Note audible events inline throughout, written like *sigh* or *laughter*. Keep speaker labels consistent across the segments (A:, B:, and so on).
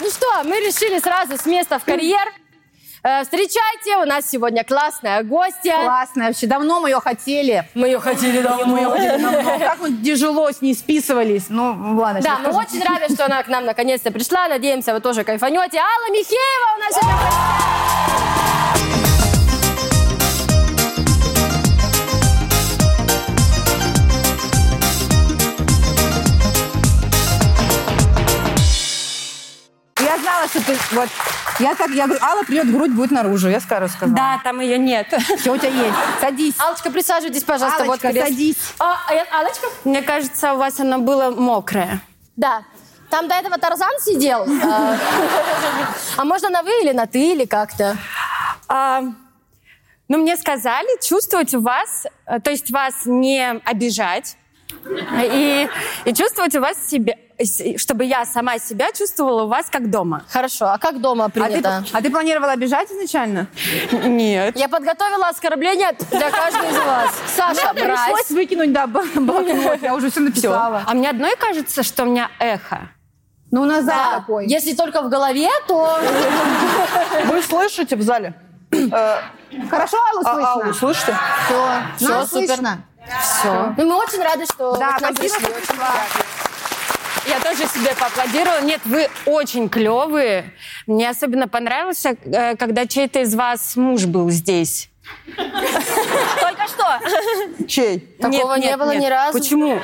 A: ну вскочили сразу с места в карьер. Э, Встречайте, у нас сегодня классная гостья.
B: Классная вообще. Давно мы ее хотели.
C: Мы ее
B: Мы
C: хотели
B: ее
C: давно.
B: хотели давно. Как мы тяжело с ней списывались. Ну, ладно,
A: Да,
B: сейчас
A: мы
B: скажу.
A: очень рады, что она к нам наконец-то пришла. Надеемся, вы тоже кайфанете. Алла Михеева у нас сегодня в гостях.
B: Я знала, что ты... Вот. Я так, я говорю, Алла придет, грудь будет наружу. Я скажу, сказала.
C: Да, там ее нет.
B: Все у тебя есть. Садись.
A: Аллочка, присаживайтесь, пожалуйста. вот
B: Аллочка,
A: кресло.
B: садись.
A: А, а я- Аллочка?
C: Мне кажется, у вас она была мокрая.
A: Да. Там до этого Тарзан
B: *laughs*
A: сидел. А а можно на вы или на ты, или как-то?
C: А, ну, мне сказали чувствовать у вас, э, то есть вас не обижать, и, и чувствовать у вас себя, с- чтобы я сама себя чувствовала у вас как дома.
A: Хорошо. А как дома
B: А ты,
A: принято?
B: а ты планировала обижать изначально?
C: Нет.
A: Я подготовила оскорбление для каждого из вас. Саша,
B: Пришлось
A: брась.
B: выкинуть, да, бл- блокнот. Я уже все написала.
C: А мне одной кажется, что у меня эхо.
B: Ну, у нас да,
A: Да,
B: такой.
A: Если только в голове, то...
D: Вы слышите в зале? Э,
B: Хорошо Аллу слышно?
D: А, Аллу слышите?
B: Всё,
A: Всё,
B: Нас
A: супер.
B: слышно?
A: Все. Ну, мы очень рады, что вы
B: Да,
A: к нам
B: спасибо,
A: пришли.
B: что пришла.
C: Я тоже себе поаплодировала. Нет, вы очень клевые. Мне особенно понравился, э, когда чей-то из вас муж был здесь. Только что.
D: Чей?
A: Такого не было ни разу.
C: Почему?
B: Не,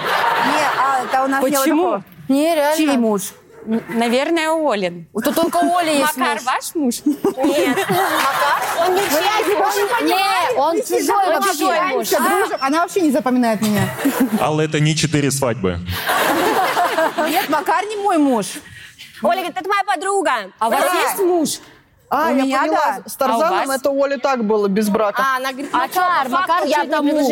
B: а, это у нас не
C: Почему?
B: вот
A: Не,
B: такого. Чей
A: реально.
B: муж?
C: Н- Наверное, Олин.
A: Тут только Оля есть
C: Макар
A: муж.
C: ваш муж? Нет.
A: Он не Не, он чужой
B: Чужой
A: вообще.
B: муж. Дружим. Она вообще не запоминает меня.
E: Алла, это не четыре свадьбы.
B: Нет, Макар не мой муж.
C: Оля говорит, это моя подруга. А у вас
B: Да.
C: есть муж?
B: А,
D: У меня да. С Тарзаном
C: А у вас?
D: это у Оли так было, без брака.
A: А, она говорит, Макар, Макар чей-то муж.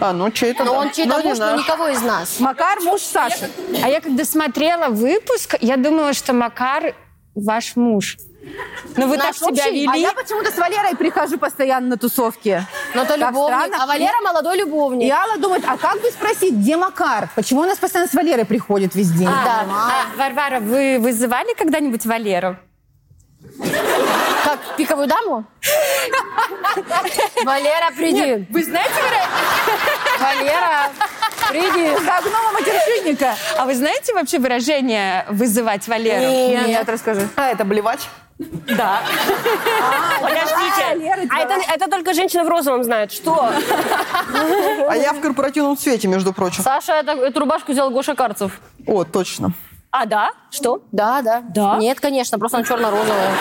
D: А, ну чей-то
A: Но
D: да.
A: он чей-то
D: Ну, не
A: муж, но
D: наш.
A: никого из нас.
B: Макар муж Саши.
C: А я когда смотрела выпуск, я думала, что Макар ваш муж. Но вы так
A: Наш
C: себя
A: общий?
C: вели.
B: А я почему-то с Валерой прихожу постоянно на тусовки.
A: Но то
B: Так
A: любовник.
B: странно.
A: А Валера молодой
B: И
A: любовник.
B: Алла думает, а как бы спросить, где Макар? Почему у нас постоянно с Валерой приходит везде?
C: А,
A: Да.
C: а, Варвара, вы вызывали когда-нибудь Валеру?
A: Как пиковую даму? Валера, приди.
C: Вы знаете,
A: Валера, приди.
B: За гнома матершинника.
C: а вы знаете вообще выражение «вызывать Валеру»?
B: Нет, расскажи.
D: А, это блевать?
C: Да. *laughs*
B: А, Лера,
F: А это, это только женщина в розовом знает. Что?
D: А я в корпоративном цвете, между прочим.
F: Саша это- эту рубашку взял Гоша Карцев.
D: О, точно.
F: А, да? Что?
A: Да, да.
C: Да?
A: Нет, конечно, просто она черно-розовая.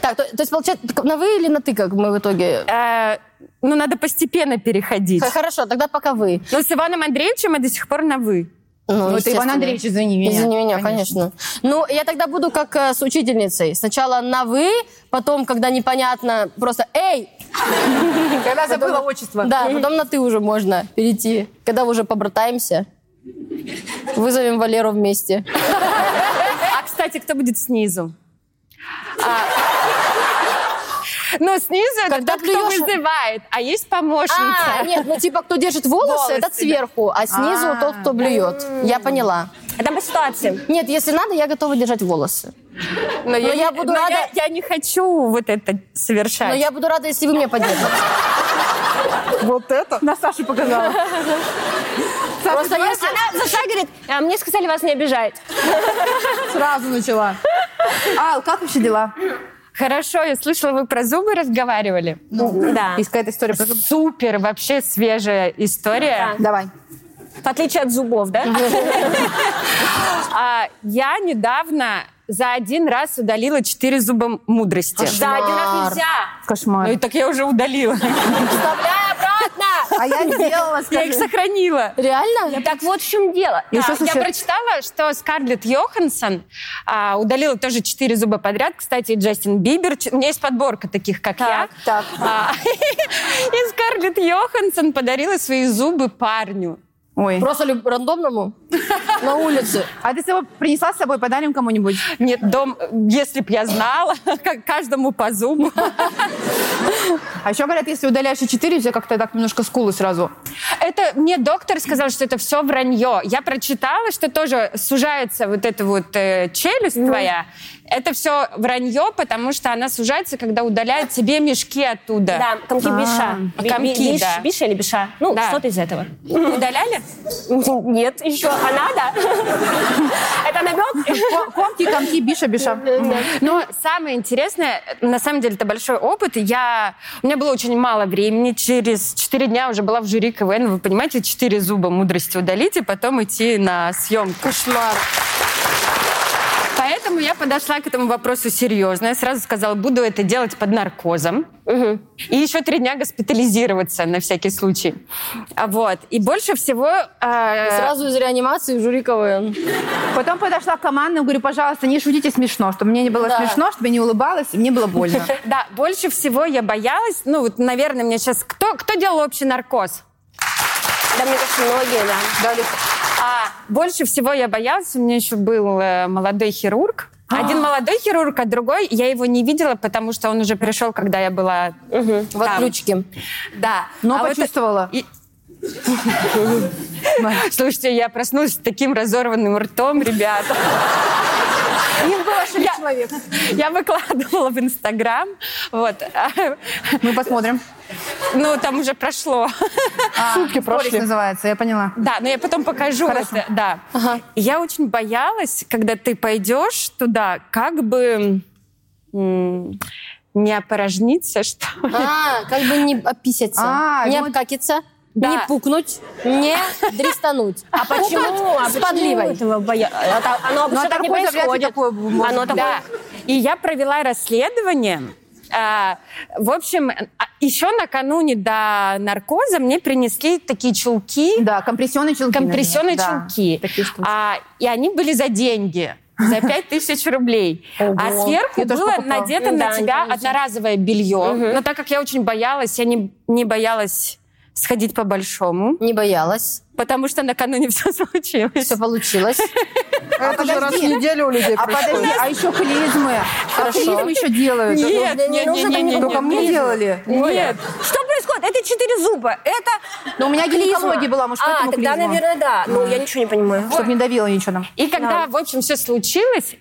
A: Так, то, то есть, получается, так на вы или на ты, как мы в итоге?
C: Э, ну, надо постепенно
F: *laughs*
C: переходить.
A: Х- Хорошо, тогда пока вы.
C: Но с Иваном Андреевичем я до сих пор на «вы».
A: Ну,
B: Ну, это Иван
A: естественно.
B: Андреевич, извини меня.
A: Извини меня, конечно. Ну, я тогда буду как э, с учительницей. Сначала на «вы», потом, когда непонятно, просто «эй!»
B: Когда забыла отчество.
A: Да, потом на «ты» уже можно перейти. Когда уже побратаемся, вызовем Валеру вместе.
C: А, кстати, кто будет снизу? А, Ну, снизу это
A: Когда
C: тот, кто
A: плюешь-
C: вызывает, а есть
A: А,
C: помощница.
A: нет, ну типа, кто держит волосы,
C: Волосы,
A: этот сверху, а снизу тот, кто блюет. Я поняла.
F: Это по ситуации.
A: Нет, если надо, я готова держать волосы.
C: Но я,
A: я
C: не,
A: буду
C: но я-
A: рада-
C: я не хочу вот это совершать.
F: Ну,
A: Но я буду рада, если вы меня поддержите.
D: Вот это?
B: На Сашу показала. Саша
A: Просто
B: давай
A: если...
F: Она зашла и говорит, а мне сказали вас не обижать.
B: сразу начала. Ал, как вообще дела?
C: Хорошо, я слышала, вы про зубы разговаривали.
F: Да.
B: Есть какая-то история про зуб?
C: Супер, вообще свежая история.
B: Давай.
F: В отличие от зубов, *laughs* да?
C: А, я недавно за один раз удалила четыре зуба мудрости.
F: Да, один раз
C: Ну
F: нельзя.
C: и
B: Кошмар.
C: так я уже удалила.
A: Вставляй обратно!
B: А *laughs* я сделала,
C: Я
B: скажи.
C: их сохранила.
A: Реально?
F: Так вот в чем дело.
B: И
C: Да,
B: что
C: я
B: случилось?
C: прочитала, что Скарлетт Йоханссон а, удалила тоже четыре зуба подряд. Кстати, и Джастин Бибер. Ч- У меня есть подборка таких, как я.
B: так.
C: А, *laughs* и Скарлетт Йоханссон подарила свои зубы парню.
B: Ой.
A: Просто люб- рандомному? На улице.
B: А ты с собой принесла с собой, подарим кому-нибудь?
C: Нет, дом, если б я знала, *laughs* как каждому по зубу.
B: А еще говорят, если удаляешь и четыре, у тебя как-то так немножко скулы сразу.
C: Это мне доктор сказал, что это все вранье. Я прочитала, что тоже сужается вот эта вот э, челюсть твоя, Это все вранье, потому что она сужается, когда удаляет тебе мешки оттуда.
F: Да, комки
B: А.
F: биша. Би- би-
C: Комки,
F: биш-
C: да.
F: Биша или биша? Ну,
C: Да.
F: что-то из этого.
C: Удаляли?
F: Нет, еще. А надо? *laughs* Это намек?
B: Ко- Комки, комки, биша, биша.
C: Но самое интересное, на самом деле, это большой опыт. Я... У меня было очень мало времени. Через 4 дня уже была в жюри КВН. Вы понимаете, 4 зуба мудрости удалить и потом идти на съемку. Кошмар. Поэтому я подошла к этому вопросу серьезно. Я сразу сказала, буду это делать под наркозом. И еще три дня госпитализироваться на всякий случай. А Вот. И больше всего... э,
A: Сразу из реанимации в жюри КВН.
B: Потом подошла к командной, говорю, пожалуйста, не шутите смешно, чтобы мне не было
A: Да.
B: смешно, чтобы я не улыбалась, и мне было *laughs* больно.
C: Да, больше всего я боялась, ну вот, наверное, мне сейчас... Кто, кто делал общий наркоз?
F: Да, мне кажется, многие, да.
C: А, больше всего я боялась, у меня еще был э, молодой хирург. Один молодой хирург, а другой я его не видела, потому что он уже пришел, когда я была...
A: В отключке.
C: Да.
B: Но
C: А вот-
B: почувствовала.
C: и- ну, *laughs* Слушайте, я проснулась с таким разорванным ртом, ребята.
B: Их было шесть
C: Я-
B: человек.
C: Я выкладывала в Инстаграм. Вот. *laughs*
B: Мы посмотрим.
C: Ну, там уже прошло. *laughs*
D: Сутки
B: Полис
D: прошли.
B: А, называется, я поняла.
C: Да, но я потом покажу. это, да. И Я очень боялась, когда ты пойдешь туда, как бы м, не опорожниться, *laughs* что ли.
A: А, как бы не описаться,
B: А,
A: не
B: вот.
A: обкакиться,
C: Да.
A: не пукнуть, не дрестануть.
F: А почему? А
A: с
F: почему
A: подливой.
F: этого боя- А та- Оно
B: Ну,
F: обычно
B: а
F: так не
B: наркоза вряд ли
F: происходит.
B: такое может
F: Оно
B: быть.
F: такое...
C: Да. И я провела расследование. А, В общем, а, еще накануне до наркоза мне принесли такие чулки,
B: Да, А компрессионные челки.
C: компрессионные
B: наверное. Да,
C: чулки.
B: такие штуки.
C: А, и они были за деньги, за 5000 рублей. А сверху
B: Я тоже
C: было
B: покупала.
C: надето
F: Да,
C: на тебя
F: интересно.
C: одноразовое белье. Но так как я очень боялась, я не, не боялась сходить по-большому,
A: Не боялась,
C: потому что накануне *laughs* все случилось.
A: все получилось.
D: Это же раз в
B: подожди.
D: неделю у людей
B: А подожди,
D: происходит.
B: а еще клизмы. А клизмы еще делают.
C: Нет,
A: Ну,
C: нет,
A: ну,
C: нет,
A: уже
C: нет,
A: там
C: нет,
B: Только
C: нет,
B: мне
C: нет.
B: делали.
C: Нет.
F: Что происходит? Это четыре зуба. Это...
B: Но у меня гинекология была, может,
F: А,
B: поэтому
F: тогда,
B: клизма.
F: наверное, да. Ну, я ничего не понимаю.
B: Чтобы не давило ничего нам.
C: И когда, в общем, все случилось,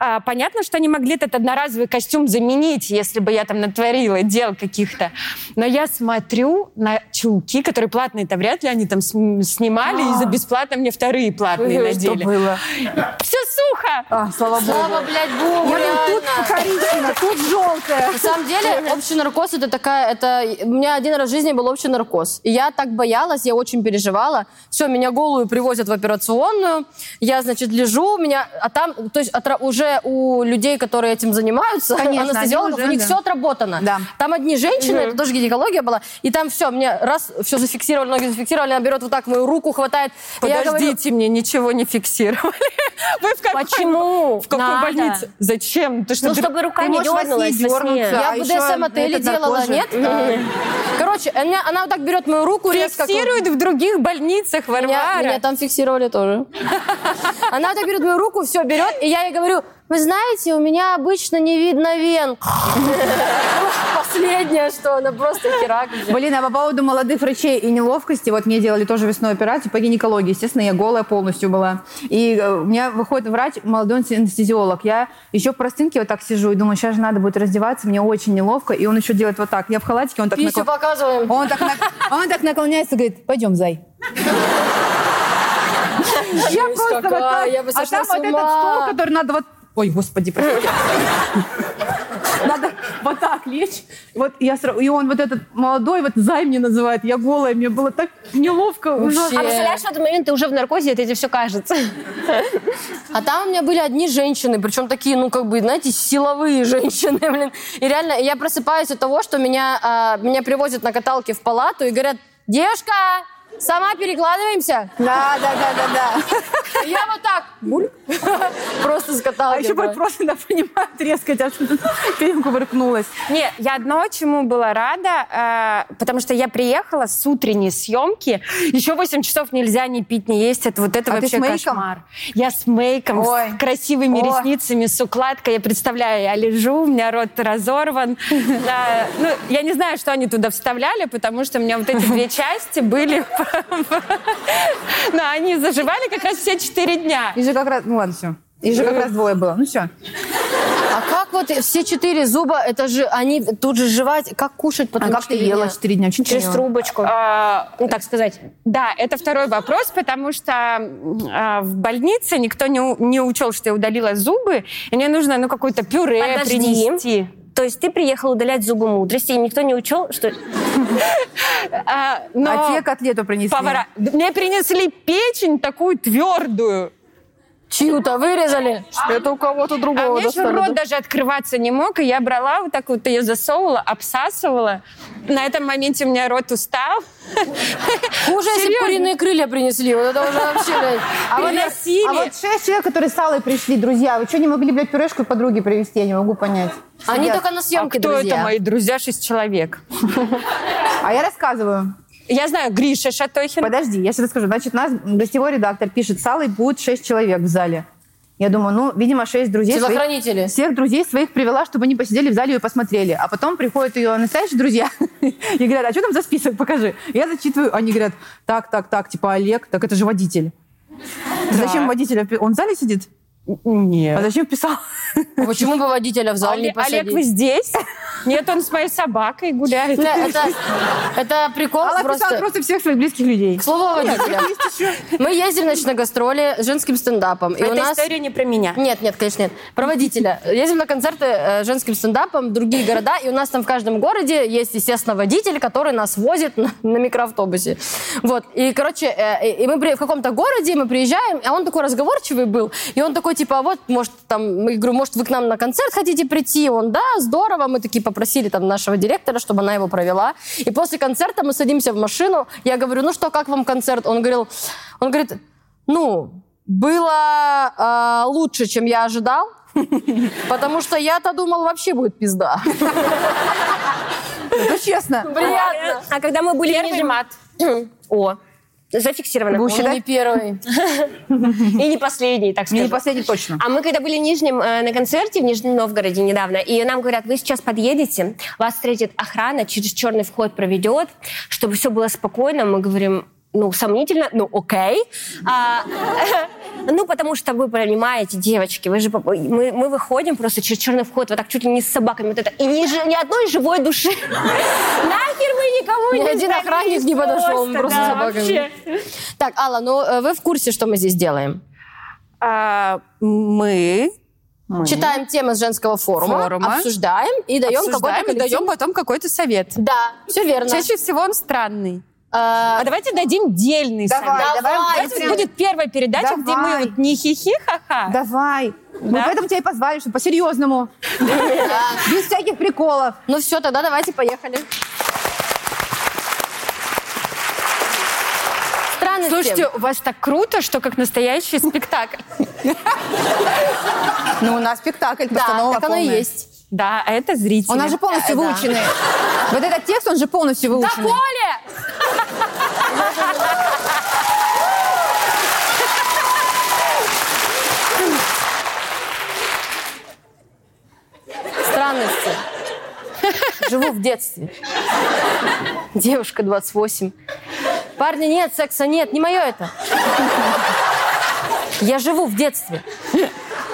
C: а, понятно, что они могли этот одноразовый костюм заменить, если бы я там натворила дел каких-то. Но я смотрю на чулки, которые платные-то вряд ли они там см- снимали, и за бесплатно мне вторые платные надели.
B: было?
C: Все сухо!
B: А, слава богу.
A: Слава, блядь, Богу,
B: Я думаю, тут
A: реально.
B: коричневая, тут желтая.
A: На самом деле, общий наркоз это такая, это у меня один раз в жизни был общий наркоз. И я так боялась, я очень переживала. Все, меня голую привозят в операционную, я, значит, лежу, меня, а там, то есть отра- уже у людей, которые этим занимаются, *laughs*
B: Конечно, они
A: анестезиологов,
B: уже,
A: у них
B: да.
A: все отработано.
B: Да.
A: Там одни женщины, это тоже гинекология была, и там все, мне раз все зафиксировали, ноги зафиксировали, она берет вот так мою руку, хватает. И я говорю,
C: Подождите, мне ничего не фиксировали. *laughs* Вы в какой,
F: Почему?
C: В какой
F: Надо.
C: больнице? Зачем? Ты что,
F: Ну,
C: др-
F: чтобы рука
B: Ты
F: не
B: можешь во сне
F: дернулась во сне.
B: дернуться.
A: Я
B: А
A: в
B: еще
A: БДСМ-отеле
B: этот
A: делала,
B: наркоз же.
A: нет? Короче, она, она вот так берет мою руку, резко... как вот-
C: фиксируют в других больницах,
A: Меня,
C: Варвара.
A: меня там фиксировали *laughs* тоже. Она так берет мою руку, все берет, и я ей говорю, вы знаете, у меня обычно не видно *laughs* вен. Последнее, что она просто херак.
B: Блин, а по поводу молодых врачей и неловкости, вот мне делали тоже весной операцию по гинекологии, естественно, я голая полностью была. И э, у меня выходит врач, молодой анестезиолог. Я еще в простынке вот так сижу и думаю, сейчас же надо будет раздеваться, мне очень неловко. И он еще делает вот так. Я в халатике, он так,
A: Писю
B: накло-
A: показываем.
B: А он так, на- он так наклоняется и говорит, пойдем, зай. Я просто вот
A: какая,
B: так.
A: я бы
B: А
A: сошла
B: там
A: с
B: вот этот
A: ума.
B: стол, который надо вот... Ой, господи, простите. Надо вот так лечь. Вот я сра- И он вот этот молодой, вот зай мне называет. Я голая, мне было так неловко. ужасно.
F: А представляешь, в этот момент ты уже в наркозе, и это тебе все кажется.
A: А там у меня были одни женщины, причем такие, ну, как бы, знаете, силовые *laughs* женщины, блин. И реально, я просыпаюсь от того, что меня, а, меня привозят на каталке в палату и говорят, девушка, сама перекладываемся.
B: Да, да, да, да, да.
A: И я вот так, буль, *laughs* просто с каталки.
B: А еще
A: брось.
B: будет просто, да, понимаю, трескать, а что-то перемку выркнулась.
C: Не, я одно чему была рада, э, потому что я приехала с утренней съемки. Еще 8 часов нельзя ни пить, ни есть. Это вот это
B: А ты
C: вообще
B: с мейком?
C: кошмар. Я с мейком,
B: Ой.
C: с красивыми
B: Ой.
C: ресницами, с укладкой. Я представляю, я лежу, у меня рот разорван. Да, Ну, я не знаю, что они туда вставляли, потому что у меня вот эти две части были. *laughs* Но они заживали как раз все 4 дня.
B: И же как раз, ну ладно, все. И же как раз двое было. Ну все.
A: А как вот все четыре зуба, это же они тут же жевать, как кушать
B: А
A: потом?
B: как ты
A: четыре
B: ела
A: дня?
B: четыре дня? Очень
F: Через трубочку.
C: А,
F: Ну, так сказать.
C: Да, это второй вопрос, потому что м, а, в больнице никто не, у- не учел, что я удалила зубы, и мне нужно ну какое-то пюре
F: Подожди.
C: принести.
F: То есть ты приехал удалять зубы мудрости, и никто не учел, что...
C: А, но
B: А те котлету принесли.
C: повара- Мне принесли печень такую твердую,
A: Чью-то вырезали.
D: Это у кого-то
C: а у
D: другого
C: меня еще
D: достали.
C: рот
D: да?
C: даже открываться не мог, и я брала вот так вот ее засовывала, обсасывала. На этом моменте у меня рот устал.
A: Хуже, если б
C: Серьезно?
A: куриные крылья принесли. Вот это уже вообще, блядь.
B: А вот,
C: приносили.
B: а вот шесть человек, которые с салой пришли, друзья, вы что, не могли, блядь, пюрешку подруге привезти? Я не могу понять.
A: Они
B: Сидят.
A: только на
C: А
A: съемке,
C: кто это
A: друзья.
C: мои друзья? Шесть человек.
B: А я рассказываю.
C: Я знаю, Гриша Шатохин.
B: Подожди, я сейчас расскажу. Значит, у нас гостевой редактор пишет, салой будет шесть человек в зале. Я думаю, ну, видимо, шесть друзей. своих-
A: Телохранители.
B: Всех друзей своих привела, чтобы они посидели в зале и посмотрели. А потом приходят ее настоящие друзья *laughs* и говорят, а что там за список, покажи. Я зачитываю, они говорят, так, так, так, типа Олег, так это же водитель. Зачем водителя? впи- Он в зале сидит?
C: Нет.
B: А зачем вписал?
A: А Почему бы водителя в зал не
C: Олег, Олег, вы
A: посадить?
C: здесь? *laughs* Нет, он с моей собакой гуляет. А
A: Бля, Это это прикол
B: Алла писала
A: просто.
B: просто всех своих близких людей.
A: К слову о водителях. Мы ездим, значит, на гастроли с женским стендапом. И у
C: Эта
A: нас...
C: история не про меня.
A: Нет, нет, конечно, нет. Про водителя. Ездим на концерты э, женским стендапом, другие города, и у нас там в каждом городе есть, естественно, водитель, который нас возит на, на микроавтобусе. Вот, и, короче, э, и и мы при- в каком-то городе, мы приезжаем, а он такой разговорчивый был, и он такой, типа, «А вот, может, там, мы говорю, может, вы к нам на концерт хотите прийти? Он, да, здорово, мы такие попросили там нашего директора, чтобы она его провела. И после концерта мы садимся в машину, я говорю, ну что, как вам концерт? Он говорил, он говорит, ну, было э, лучше, чем я ожидал, потому что я-то думал, вообще будет пизда.
B: Ну, честно.
A: Приятно.
F: А когда мы были
C: Первый
F: ниже...
C: мат.
F: О, зафиксировано.
B: Будешь
A: Он не первый.
F: И не последний, так
B: Мне не
F: скажем.
B: последний точно.
F: А мы когда были в Нижнем, э, на концерте в Нижнем Новгороде недавно, и нам говорят, вы сейчас подъедете, вас встретит охрана, через черный вход проведет, чтобы все было спокойно. Мы говорим, ну, сомнительно, ну, окей. А, *laughs* ну, потому что вы понимаете, девочки, вы же, поп- мы, мы выходим просто через черный вход, вот так чуть ли не с собаками, вот это, и ни, жи- ни одной живой души. *laughs* Нахер мы никому
A: Ни
F: не
A: один
F: сдались
A: охранник не подошел, он просто
C: да,
A: с собаками.
C: вообще.
A: Так, Алла, ну э, вы в курсе, что мы здесь делаем?
C: А, мы
A: Читаем темы с женского форума,
C: Форума.
A: обсуждаем и даем
C: обсуждаем
A: какой-то
C: и даем
A: коллектив.
C: потом какой-то совет.
A: Да, все верно.
C: Чаще всего он странный.
A: Э,
C: А давайте дадим дельный совет.
B: Давай, давай.
C: Давайте будет первая передача, где мы
B: Давай.
C: вот не хихи-ха-ха.
B: Давай. Мы
C: Да?
B: поэтому тебя и позвали, чтобы по-серьезному. Без всяких приколов.
A: Ну все, тогда давайте поехали. Странный
C: Слушайте, у вас так круто, что как настоящий спектакль.
B: Ну, у нас спектакль,
A: да,
B: постанова
A: так оно и
B: полная.
A: есть. Э,
C: Да, а это зрители.
B: Он же полностью выученный. Вот этот текст, он же полностью выученный.
C: Коля!
A: Странности. Живу в детстве. Девушка 28. Парня нет, секса нет, не мое это. Я живу в детстве.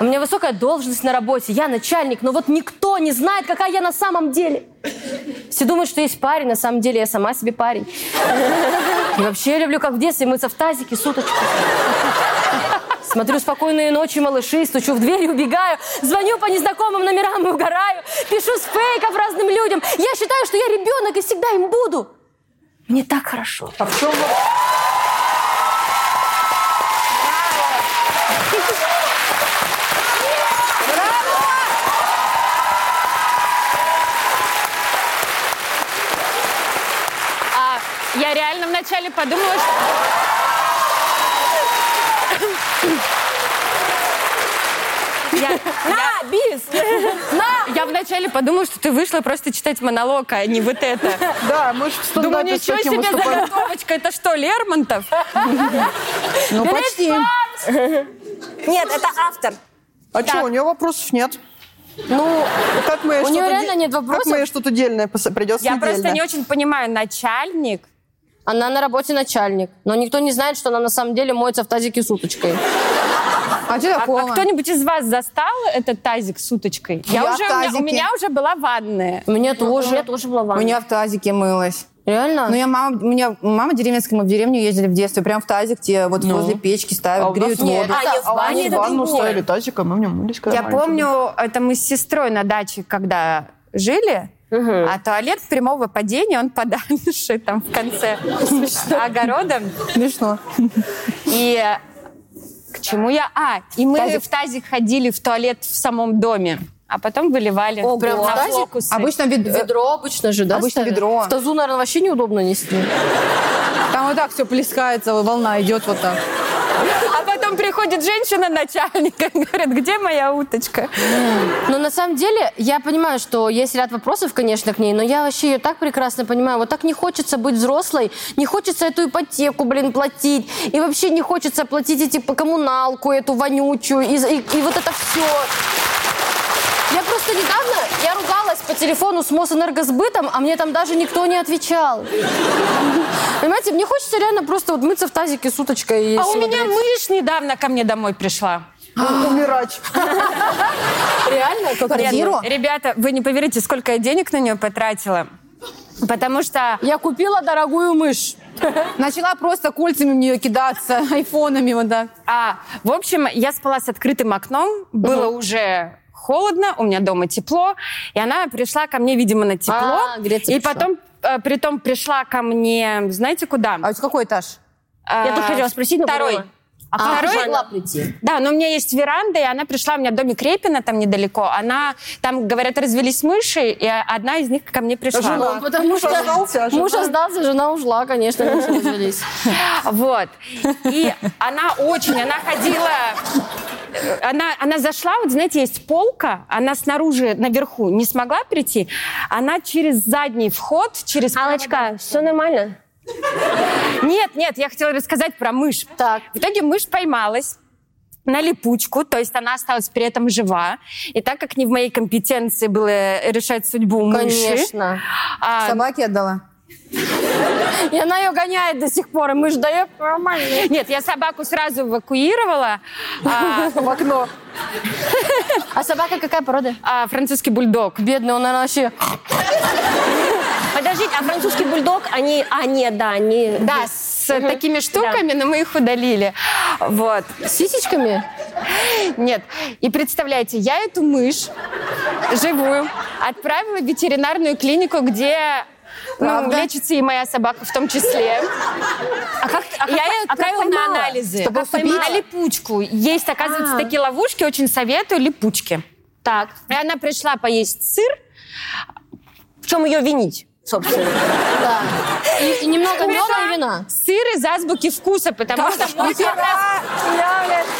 A: У меня высокая должность на работе, я начальник, но вот никто не знает, какая я на самом деле. Все думают, что есть парень, на самом деле я сама себе парень. И вообще я люблю, как в детстве, мыться в тазике с уточкой. Смотрю «Спокойные ночи, малыши», стучу в дверь и убегаю. Звоню по незнакомым номерам и угораю. Пишу с фейков разным людям. Я считаю, что я ребенок и всегда им буду. Мне так хорошо. А в чем...
C: А, я реально вначале подумала, что...
F: На, бис!
C: Я вначале подумала, что ты вышла просто читать монолог, а не вот это.
D: Да, мы же в
C: Думаю,
D: стендапе с
C: ничего
D: таким
C: себе
D: выступаем.
C: заготовочка, это что, Лермонтов?
B: Ну, почти.
F: Нет, это автор.
D: А что, у нее вопросов нет?
A: Ну,
D: Ну, Как мы ей
A: У неё
D: что-то
A: реально
D: де-
A: нет
D: Как мы
A: вопросов?
D: ей что-то дельное пос- придется
C: Я просто не очень понимаю, начальник.
A: она на работе начальник, но никто не знает, что она на самом деле моется в тазике с уточкой.
B: А что
C: А,
B: такого?
C: а кто-нибудь из вас застал этот тазик с уточкой?
B: Я в
C: уже, у, меня,
B: тазике.
C: у меня уже была ванная.
A: Мне
F: У меня
A: тоже.
F: Ну, тоже была
B: У
F: ванна.
B: меня в тазике мылась.
A: Реально?
B: Ну, я мама, у меня мама деревенская, мы в деревню ездили в детстве, прям в тазик, где вот возле печки ставят,
D: А у нас
B: греют
D: нет.
B: воду.
F: А, я в
D: А
F: бане,
D: они
F: это
D: ванну
F: другое.
D: ставили тазик, а мы в нем мылись. когда
C: Я
D: маленькие
C: помню, это мы с сестрой на даче, когда жили, а туалет прямого падения, он подальше, там в конце огорода.
B: Смешно.
C: И к чему я? А, и мы в тазик ходили в туалет в самом доме, а потом выливали
A: прям в
C: на
A: тазик?
C: фокусы.
B: Обычно вид- э,
A: Ведро обычно же, да?
B: Обычно
A: ставят?
B: ведро.
A: В тазу, наверное, вообще неудобно нести.
B: там вот так все плескается, волна идет вот так.
C: А потом приходит женщина-начальник и говорит, где моя уточка?
A: Но на самом деле, я понимаю, что есть ряд вопросов, конечно, к ней, но я вообще ее так прекрасно понимаю. Вот так не хочется быть взрослой, не хочется эту ипотеку, блин, платить. И вообще не хочется платить эти по коммуналку, эту вонючую, и, за- и- и вот это все. Я просто недавно, я ругалась по телефону с Мосэнергосбытом, а мне там даже никто не отвечал. Понимаете, мне хочется реально просто вот мыться в тазике с уточкой. и
C: А у меня
A: смотреть.
C: мышь недавно ко мне домой пришла.
D: ванны. Умирать.
A: реально как
B: Квартиру?
C: Ребята, вы не поверите, сколько я денег на нее потратила. Потому что
A: Я купила дорогую мышь.
B: Начала просто кольцами в нее кидаться, *laughs* айфонами вот так.
C: А, в общем, я спала с открытым окном, было уже холодно, у меня дома тепло, и она пришла ко мне, видимо, на тепло,
A: А, греться
C: и
A: пришла.
C: потом, э, притом пришла ко мне, знаете куда? Э,
B: А у тебя какой этаж?
F: Я тоже хотела спросить, но
C: Второй.
F: подумала.
A: А,
C: второй-
A: она могла прийти.
C: Да, но у меня есть веранда, и она пришла, у меня домик Репина там недалеко, она, там, говорят, развелись мыши, и одна из них ко мне пришла.
A: Ну, потому что
D: сдался, а жена-
A: муж остался, жена ушла, конечно, муж развелись.
C: Вот. И она очень, она ходила... э, Она, она зашла, вот знаете, есть полка, она снаружи, наверху не смогла прийти, она через задний вход, через...
F: Алочка, все нормально?
C: Нет, нет, я хотела рассказать про мышь.
A: Так.
C: В итоге мышь поймалась на липучку, то есть она осталась при этом жива. И так как не в моей компетенции было решать судьбу мыши...
A: Конечно.
C: а,
B: Собаке отдала?
A: И она ее гоняет до сих пор, и мышь дает нормально.
C: Нет, я собаку сразу эвакуировала. а,
A: В окно. А собака какая порода?
C: а, французский бульдог.
A: Бедный, он, наверное, вообще...
F: Подождите, а французский бульдог, они... А, нет, да, они...
C: Да, с такими штуками, но мы их удалили. Вот.
A: С сисечками?
C: Нет. И представляете, я эту мышь живую отправила в ветеринарную клинику, где ну,
B: Правда?
C: лечится и моя собака в том числе.
F: А как, а как-
C: Я ее
F: а как
C: отправила на
F: поймала? А.
C: анализы.
B: Чтобы
C: А как поймала?
B: усыпить?
C: На липучку. Есть, оказывается, такие ловушки. Очень советую липучки.
F: Так,
C: И она пришла поесть сыр.
F: в чем ее винить, собственно?
A: Да. И, и немного меда
C: Пришла.
A: и вина.
C: Сыр из азбуки вкуса, *laughs* потому что
B: *laughs*
C: мой как раз-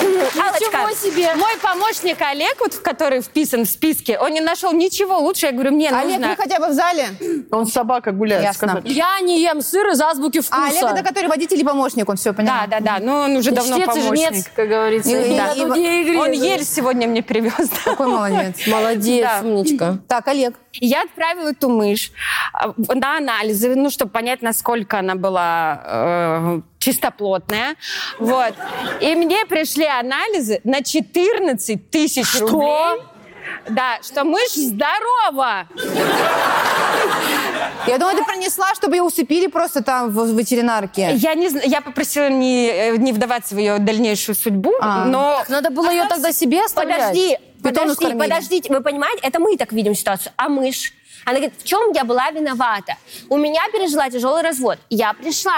F: Алочка,
A: Ничего себе!
C: Мой помощник Олег, вот, который вписан в списке, он не нашел ничего лучше. Я говорю, мне
B: Олег,
A: ну
C: нужно...
B: вы хотя бы в зале?
D: Он собака гуляет.
B: Ясно.
D: сказать.
A: Я не ем сыр из азбуки
B: А Олег это
A: вкуса.
B: который водитель и помощник, он все,
C: Ну,
B: понял?
C: Да, да, да. Ну, он уже давно
A: Чтец и жнец,
C: помощник.
A: как говорится.
B: И- и-
A: Да.
B: и-
A: Тут я и
C: Он
A: грезы.
C: ель сегодня мне привез.
B: Какой молодец.
C: *laughs*
A: Молодец,
C: Да.
A: умничка.
B: Так, Олег.
C: И Я отправила эту мышь а, в- на анализы, ну, чтобы понять, насколько она была э, чистоплотная. Вот. И мне пришли анализы на 14 тысяч рублей. Да, что мышь здорова.
B: Я думаю, ты пронесла, чтобы ее усыпили просто там в в ветеринарке.
C: Э, Я, не, зн- я попросила не, э, не вдаваться в ее дальнейшую судьбу,
B: А.
C: но...
A: Так надо было ее тогда себе оставлять.
F: подожди,
B: Питомец
F: подожди,
B: кормили.
F: подождите. Вы понимаете, это мы так видим ситуацию, а мышь? Она говорит, в чем я была виновата? У меня пережила тяжелый развод, я пришла,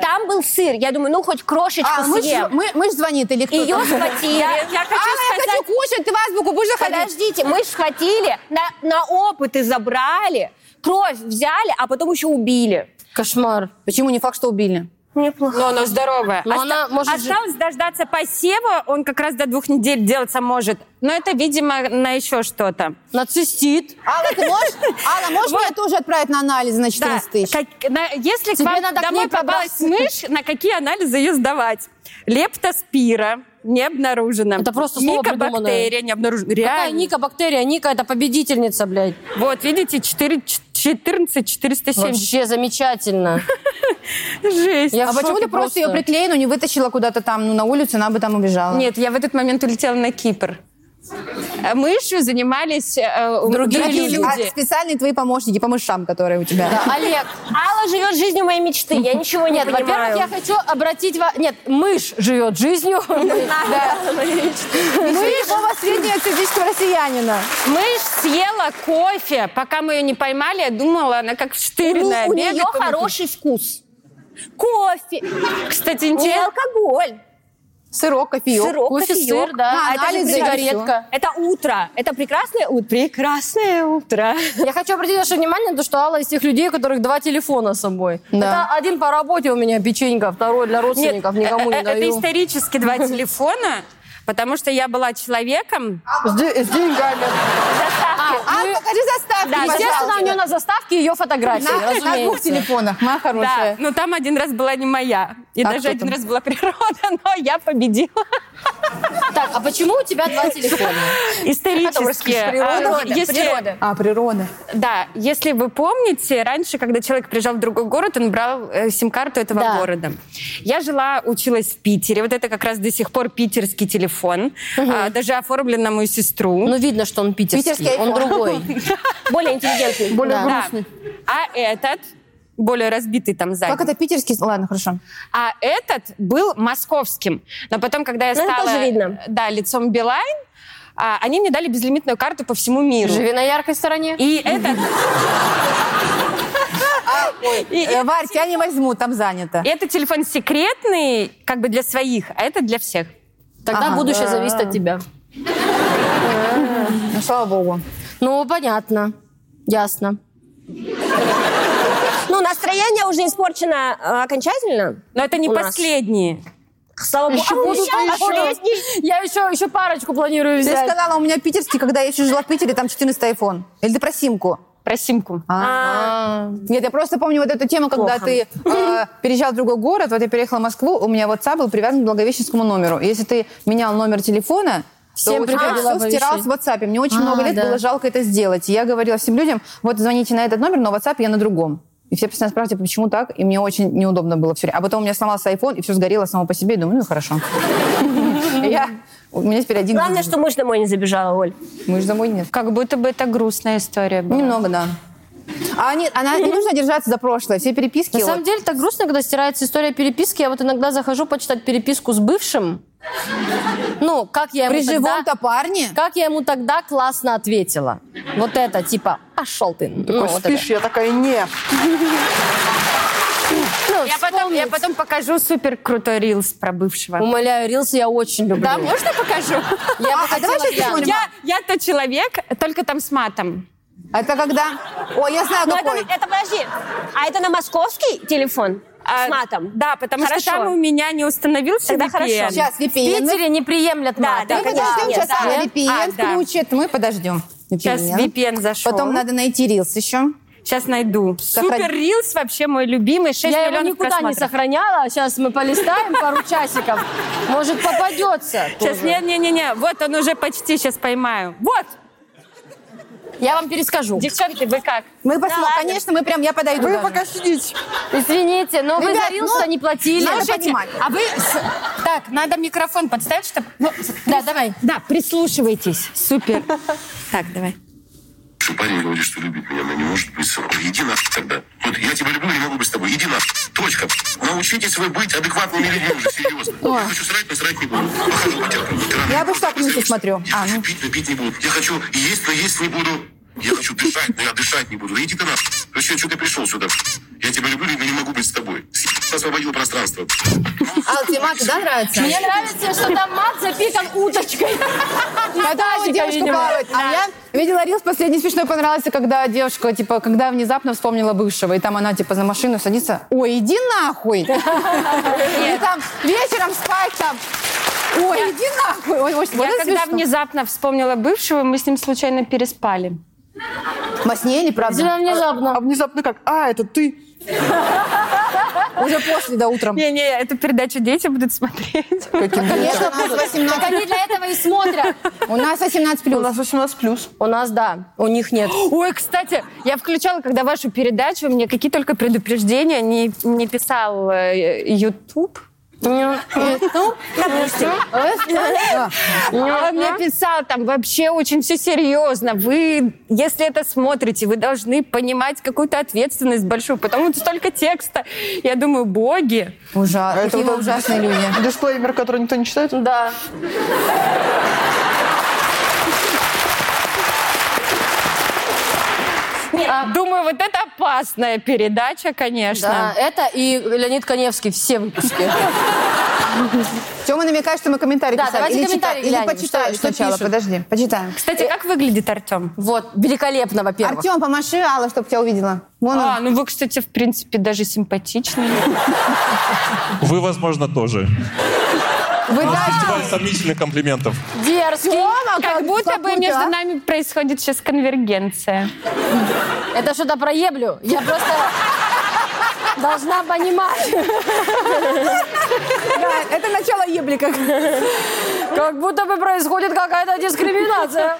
F: там был сыр, я думаю, ну хоть крошечку
B: А, мышь
F: съем.
B: мы- мышь звонит или кто-то?
F: Ее схватили. А,
C: я хочу
B: Алла, я хочу кушать, ты в азбуку будешь заходить?
F: Подождите, мы ж схватили, на, на опыты забрали, кровь взяли, а потом еще убили.
A: Кошмар.
B: Почему не факт, что убили?
C: Но она здоровая.
A: Но
C: Оста-
A: она может же-
C: Осталось дождаться посева, он как раз до двух недель делаться может. Но это, видимо, на еще что-то.
A: Нацистит.
B: Алла, ты
C: *laughs*
B: можешь? Алла, можешь меня тоже отправить на анализы на
C: Да,
B: 14 тысяч?
C: как- на- если к вам
A: надо к
C: домой
A: ней
C: попалась мышь, на какие анализы ее сдавать? Лептоспира не обнаружено.
A: Это просто слово
C: Микобактерия не обнаружена.
A: Какая
C: Реально.
A: Ника бактерия? Ника это победительница, блядь.
C: Вот, видите, 4, 14 470.
A: Вообще замечательно.
C: Жесть.
A: Я
B: а
A: в
B: почему
A: шоке
B: ты просто ее приклеила, не вытащила куда-то там, ну, на улицу, она бы там убежала?
C: Нет, я в этот момент улетела на Кипр. А Мышью занимались э, другие,
B: Какие
C: люди.
B: А специальные твои помощники по мышам, которые у тебя.
A: Да, Олег,
F: Алла живет жизнью моей мечты, я ничего не
A: Ну, нет, *laughs* во-первых,
F: понимаю.
A: я хочу обратить вас... Нет, мышь живет жизнью. Ну
B: Мы любого среднеэксцентрического россиянина.
C: Мышь съела кофе. Пока мы ее не поймали, я думала, она как вштыренная.
F: Ну, У нее
C: бегает по вокруг.
F: хороший вкус. Кофе,
C: Кстати,
F: не
C: интересно.
F: алкоголь.
B: Сырок, кофеек.
F: Сырок,
A: Кофе,
F: кофеёк.
A: сыр, да.
B: На
A: А это же
B: анализы и
A: сигаретка.
F: Это утро. Это прекрасное утро. Прекрасное утро.
A: Я хочу обратить ваше внимание на то, что Алла из тех людей, у которых два телефона с собой.
B: Да.
A: Это один по работе у меня печенька, второй для родственников, никому
C: э- э-
A: не
C: это
A: даю.
C: исторически два телефона, потому что я была человеком.
F: А,
D: С, де- с деньгами.
B: А, покажи заставки,
C: Да,
A: Естественно, у
B: пожалуйста.
A: нее на заставке ее фотографии,
B: На, на двух
A: разумеется.
B: телефонах, моя
C: Да,
B: хорошая.
C: но там один раз была не моя. И
B: А
C: даже
B: кто
C: один
B: там?
C: раз была природа, *laughs* но я победила.
A: Так, а почему у тебя два телефона? ну,
C: Исторически.
F: Природа.
C: а, Если,
F: Природа.
B: А, природа.
C: да, если вы помните, раньше, когда человек приезжал в другой город, он брал э, сим-карту этого
A: Да.
C: города. Я жила, училась в Питере. Вот это как раз до сих пор питерский телефон. А, даже оформлен на мою сестру.
A: Ну, видно, что он питерский,
B: Питерский
A: он
B: айфон.
A: другой.
F: Более интеллигентный.
A: Да.
C: Да. А этот более разбитый там
B: *laughs*
C: сзади.
B: Как это питерский? Ладно, хорошо.
C: А этот был московским. Но потом, когда я
F: Ну, это
C: стала
F: тоже видно.
C: Да, лицом Билайн, а, они мне дали безлимитную карту по всему миру.
A: Живи на яркой стороне.
C: И этот, И-
B: Э, Варь, тебя не возьму, там занято.
C: этот телефон секретный, как бы для своих, а этот для всех.
A: Тогда
B: Ага.
A: будущее зависит от тебя.
B: Ну, слава богу.
A: Ну, понятно. Ясно.
F: Ну, настроение уже испорчено э, окончательно.
C: Но это не
F: У нас.
C: последние.
F: Слава богу.
A: Еще
F: А у
A: будут
F: меня
A: еще.
F: последний.
A: Я еще, еще парочку планирую
B: Ты
A: взять.
B: сказала, у меня питерский, когда я еще жила в Питере, там 14 айфон. Или ты про симку? А?
C: Про симку.
A: А,
F: А,
B: Нет, я просто помню вот эту тему, когда
F: Плохо.
B: ты
A: *laughs*
B: э, переезжал в другой город, вот я переехала в Москву, у меня WhatsApp был привязан к Благовещенскому номеру. Если ты менял номер телефона,
A: Всем
B: то у тебя
A: приходило
B: все стиралось в
A: оповещение.
B: WhatsApp. Мне очень
A: А,
B: много лет
A: да.
B: было жалко это сделать. И я говорила всем людям, вот звоните на этот номер, но WhatsApp я на другом. И все постоянно спрашивают, почему так, и мне очень неудобно было все время. А потом у меня сломался iPhone, и все сгорело само по себе, и думаю, ну
A: *laughs*
B: и хорошо. И Я, у меня теперь один...
F: Главное, что мышь домой не забежала, Оль.
B: Мы же домой нет.
C: Как будто бы это грустная история была.
B: *laughs* Немного, да. А они- она не нужно держаться за прошлое. Все переписки...
A: На
B: вот,
A: самом деле так грустно, когда стирается история переписки. Я вот иногда захожу почитать переписку с бывшим. Ну, как я ему
B: При
A: тогда...
B: живом-то парне...
A: Как я ему тогда классно ответила. Вот это, типа, пошел ты. Ну,
D: Такой
A: вот это.
D: спишь, я такая, не.
A: Ну,
C: Я потом, я потом покажу супер крутой рилс про бывшего.
A: Умоляю, рилсы я очень люблю.
C: Да, можно покажу?
A: Я бы
B: А, а давай
A: хотела
B: сейчас
A: глянуть.
B: посмотрим.
C: Ну, Я, я тот человек, только там с матом.
B: Это когда... О, я знаю,
F: Ну, это,
B: какой.
F: это подожди. А это на московский телефон?
C: А,
F: С матом?
C: Да, потому
F: Хорошо.
C: что там у меня не установился
F: Тогда
C: VPN.
F: хорошо.
B: Сейчас
A: В Питере не приемлят
F: Да,
A: мат.
F: да,
B: мы
F: конечно,
B: подождем, сейчас
F: да.
B: Алла
C: А,
B: VPN
C: ну, да.
B: включит. Мы подождем.
C: Сейчас VPN зашел.
B: Потом надо найти рилс еще.
C: Сейчас найду. Супер Рилс вообще мой любимый. 6
A: Я его
C: миллионов
A: никуда не
C: просмотров.
A: сохраняла. Сейчас мы полистаем пару часиков. Может, попадется.
C: Сейчас,
A: тоже.
C: не-не-не, вот он уже почти, сейчас поймаю. Вот,
A: Я вам перескажу.
C: девчонки, вы как?
B: Мы посмотрим.
F: ладно.
B: Конечно, мы прям... Я подойду.
D: Вы
B: даже.
D: пока сидите.
A: Извините, но вы
B: Ребят,
A: за рилсы
B: ну,
A: не платили.
B: надо
A: Слушайте,
B: понимать.
C: А вы... с- Так, надо микрофон подставить, чтобы...
A: Да, давай.
C: Да, прислушивайтесь. Супер. Так, давай.
G: Парень говорит, что любит меня, но не может быть со мной. Иди нахуй тогда. Вот я тебя люблю, не могу быть с тобой. Иди нахуй. Точка. Научитесь вы быть адекватными людьми уже, серьезно. Я хочу срать, но срать не буду. Похожу по театрам, по тиранам.
B: Я бы в штабницу смотрю.
G: Я
B: А,
G: хочу пить, но пить не буду. Я хочу есть, но есть не буду. Я хочу дышать, но я дышать не буду. Да иди ты нахуй. Вообще, что ты пришел сюда? Я тебя люблю, но не могу быть с тобой. С***, Освободил пространство.
B: Ал, тебе мат, да, нравится?
A: Мне нравится, что там мат запитан уточкой.
B: Когда
A: тазика,
B: девушка
A: видимо.
B: плавает. А я видела рилс, последний смешной понравился, когда девушка, типа, когда внезапно вспомнила бывшего, и там она, типа, за машину садится. Ой, иди нахуй! И там вечером спать там. Ой, иди нахуй! Ой, очень- вот
C: Я
B: это
C: когда
B: смешно.
C: внезапно вспомнила бывшего, мы с ним случайно переспали.
B: Во сне или правда?
A: Тебя внезапно.
D: А внезапно как? А, это ты.
B: Уже после, да, утром.
C: Не-не, эту передачу дети будут смотреть.
B: Конечно, у нас
A: Так
B: 18.
A: они для этого и смотрят.
B: У нас 18
D: У
B: плюс.
D: нас 18 плюс.
A: У нас, да, у них нет.
C: Ой, кстати, я включала, когда вашу передачу, мне какие только предупреждения не, не писал э, Ну, YouTube. Он мне писал там вообще очень все серьезно. Вы, если это смотрите, вы должны понимать какую-то ответственность большую, потому что столько текста. Я думаю, боги.
B: Ужасно. Какие вы
D: А вот этот *laughs*
B: ужасные люди.
D: Дисклеймер, который никто не читает.
A: Да.
C: А, Думаю, вот это опасная передача, конечно.
A: Да, это и Леонид Коневский, все выпуски.
B: Тема намекает, что мы комментарии
A: Да,
B: писали.
A: давайте
B: Или
A: комментарии
B: читали,
A: глянем,
B: Или почитали
A: что- что
B: сначала.
A: пишут.
B: Подожди, почитаем.
C: Кстати, как выглядит Артем?
A: Вот, великолепно, во-первых.
B: Артем, помаши, Алла, чтобы тебя увидела. Вон он.
C: А, ну вы, кстати, в принципе, даже симпатичный.
E: Вы, возможно, тоже.
B: Вы даже...
E: Фестиваль сомнительных комплиментов.
A: Дерзкий.
C: А Как будто бы
B: круто,
C: между
B: а?
C: нами происходит сейчас конвергенция.
A: Это что-то про еблю. Я просто должна понимать.
B: Это начало еблика.
A: Как будто бы происходит какая-то дискриминация.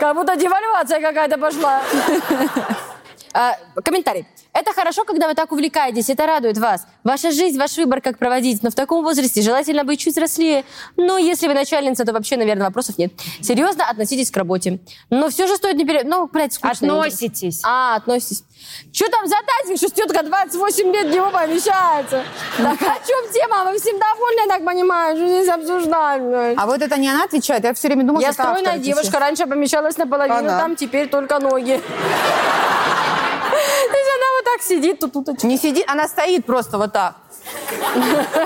A: Как будто девальвация какая-то пошла. А, комментарий. Это хорошо, когда вы так увлекаетесь, это радует вас. Ваша жизнь, ваш выбор, как проводить, но в таком возрасте желательно быть чуть взрослее. Но если вы начальница, то вообще, наверное, вопросов нет. Серьезно относитесь к работе. Но все же стоит не пере... Ну, блядь, скучно.
C: Относитесь.
A: А, относитесь. Че там за тазик? Шестетка 28 лет не помещается. Так о чем тема? Вы всем довольны, я так понимаю, что здесь обсуждаем. блядь?
B: А вот это не она отвечает. Я все время думала,
A: Я
B: что это
A: стройная
B: автор
A: девушка, раньше помещалась наполовину,
D: Она.
A: там теперь только ноги. То есть она вот так сидит, тут
B: пишет.
A: уточка.
B: Не сидит, она стоит просто вот так.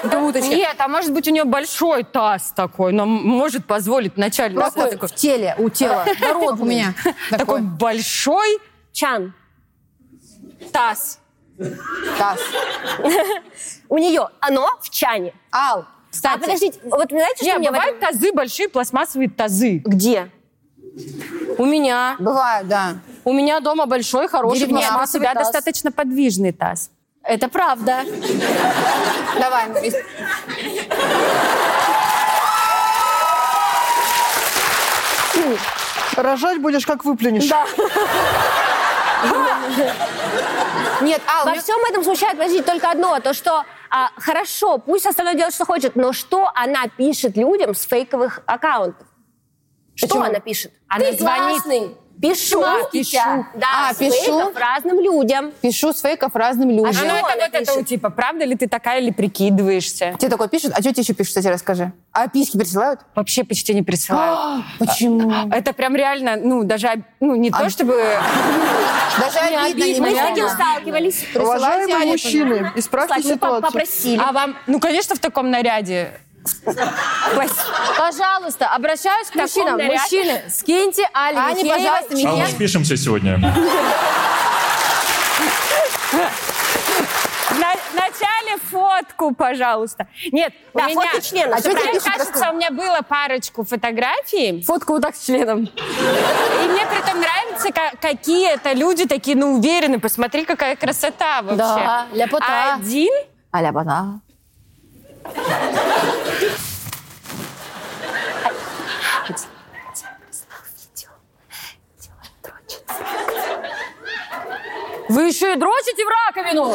B: Это уточка.
C: Нет, а может быть у нее большой таз такой, но м- может позволить начальнику.
B: Просто
C: такой,
B: в теле,
A: *laughs*
B: у *laughs* тела. Здоров у меня.
C: такой
B: Такой
C: большой
F: Чан.
C: таз.
B: таз.
F: У нее оно в чане.
B: Ал,
F: А подождите, вот знаете, что
C: Не,
F: мне в
C: бывают
F: этом-
C: тазы, большие пластмассовые тазы.
F: Где?
A: У меня,
B: бывает, да.
A: у меня дома большой, хороший
B: Деревня.
C: Нет, у
A: пластмассовый
C: тебя
A: таз.
C: достаточно подвижный таз.
A: Это правда.
B: Давай. Марис.
D: Рожать будешь, как выплюнешь.
A: Да.
B: Нет, Ал,
F: Во
B: мне-
F: всем этом смущает, подождите, только одно, то что а, хорошо, пусть остальное делает, что хочет, но что она пишет людям с фейковых аккаунтов? Что она пишет? Она
A: Ты классный.
F: Пишу.
C: Да, пишу.
F: Да,
B: А,
F: с
B: пишу.
F: фейков разным людям.
B: пишу с фейков разным людям.
F: что?
C: А ну это
F: она
C: вот это у
F: пишет?
C: типа, правда ли ты такая или прикидываешься?
B: Тебе такое пишут? А что тебе еще пишут, кстати, расскажи? А письки присылают?
C: Вообще почти не *gasps* присылают.
B: Почему? А-
C: Это прям реально, ну, даже, об- ну, не то чтобы...
B: Даже обидно,
A: обидно,
F: Мы с таким
B: невероятно.
F: сталкивались.
D: Уважаемые
B: Присылайте,
D: мужчины, исправьте
F: Кстати, мы по-
D: ситуацию.
F: попросили.
C: А вам, ну, конечно, в таком *laughs* наряде.
A: Пожалуйста, обращаюсь к
F: таком
A: мужчинам.
F: наряде.
A: Мужчины, скиньте Али
B: Ане,
A: Михеевой
B: пожалуйста,
E: А мы
B: меня.
E: спишемся сегодня.
C: На, вначале фотку, пожалуйста. Нет,
F: Да,
C: у меня...
F: фотки члена,
B: А
F: всё
B: чё тебе
F: правильно.
B: пишут?
C: Кажется, у меня было парочку фотографий,
A: Фотку вот так с членом.
C: и мне при этом нравится, ка- какие это люди такие, ну, уверены. Посмотри, какая красота вообще.
A: Да, ляпота.
C: А Один
A: Аля бана. Вы еще и дрочите в раковину.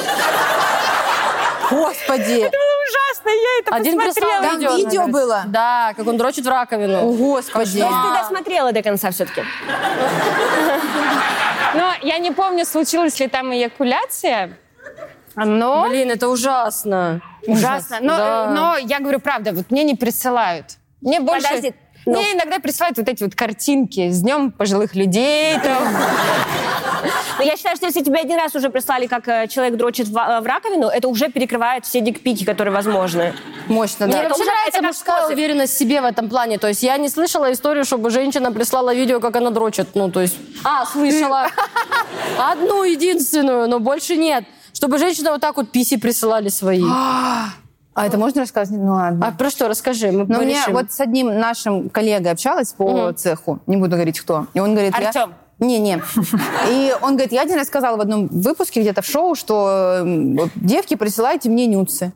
B: Господи.
C: ужасно, я это
A: Один
C: посмотрела.
A: прислал
B: Там видео было?
A: Да, как он дрочит в
B: О,
A: раковину.
B: Господи.
F: То есть ты досмотрела до конца все-таки?
C: Но я не помню, случилась ли там эякуляция, но...
A: Блин, это ужасно. э,
C: Ужасно. Но,
A: Да.
C: но я говорю правда, вот мне не присылают. Мне больше...
F: Подожди,
D: ну.
C: Мне иногда присылают вот эти вот картинки с Днем пожилых людей. там.
F: Но я считаю, что если тебе один раз уже прислали, как э, человек дрочит в, э, в раковину, это уже перекрывает все дикпики, которые возможны.
B: Мощно,
A: Мне
B: да.
F: это
A: Ну, вообще
F: уже-
A: нравится
F: это как
A: мужская
F: способ.
A: уверенность в себе в этом плане. То есть я не слышала историю, чтобы женщина прислала видео, как она дрочит. Ну, то есть... А, слышала. *laughs* Одну единственную, но больше нет. Чтобы женщина вот так вот писи присылали свои.
B: А это можно рассказать? Ну ладно.
A: А про что? Расскажи,
F: Ну,
A: мы
B: Но мне
A: порешим.
B: вот с одним нашим коллегой общалась по цеху, не буду говорить кто. И он говорит, я-
C: Артем.
F: *laughs*
B: Не-не. И он говорит, я один раз сказала в одном выпуске где-то в шоу, что м, вот, девки, присылайте мне нюцы.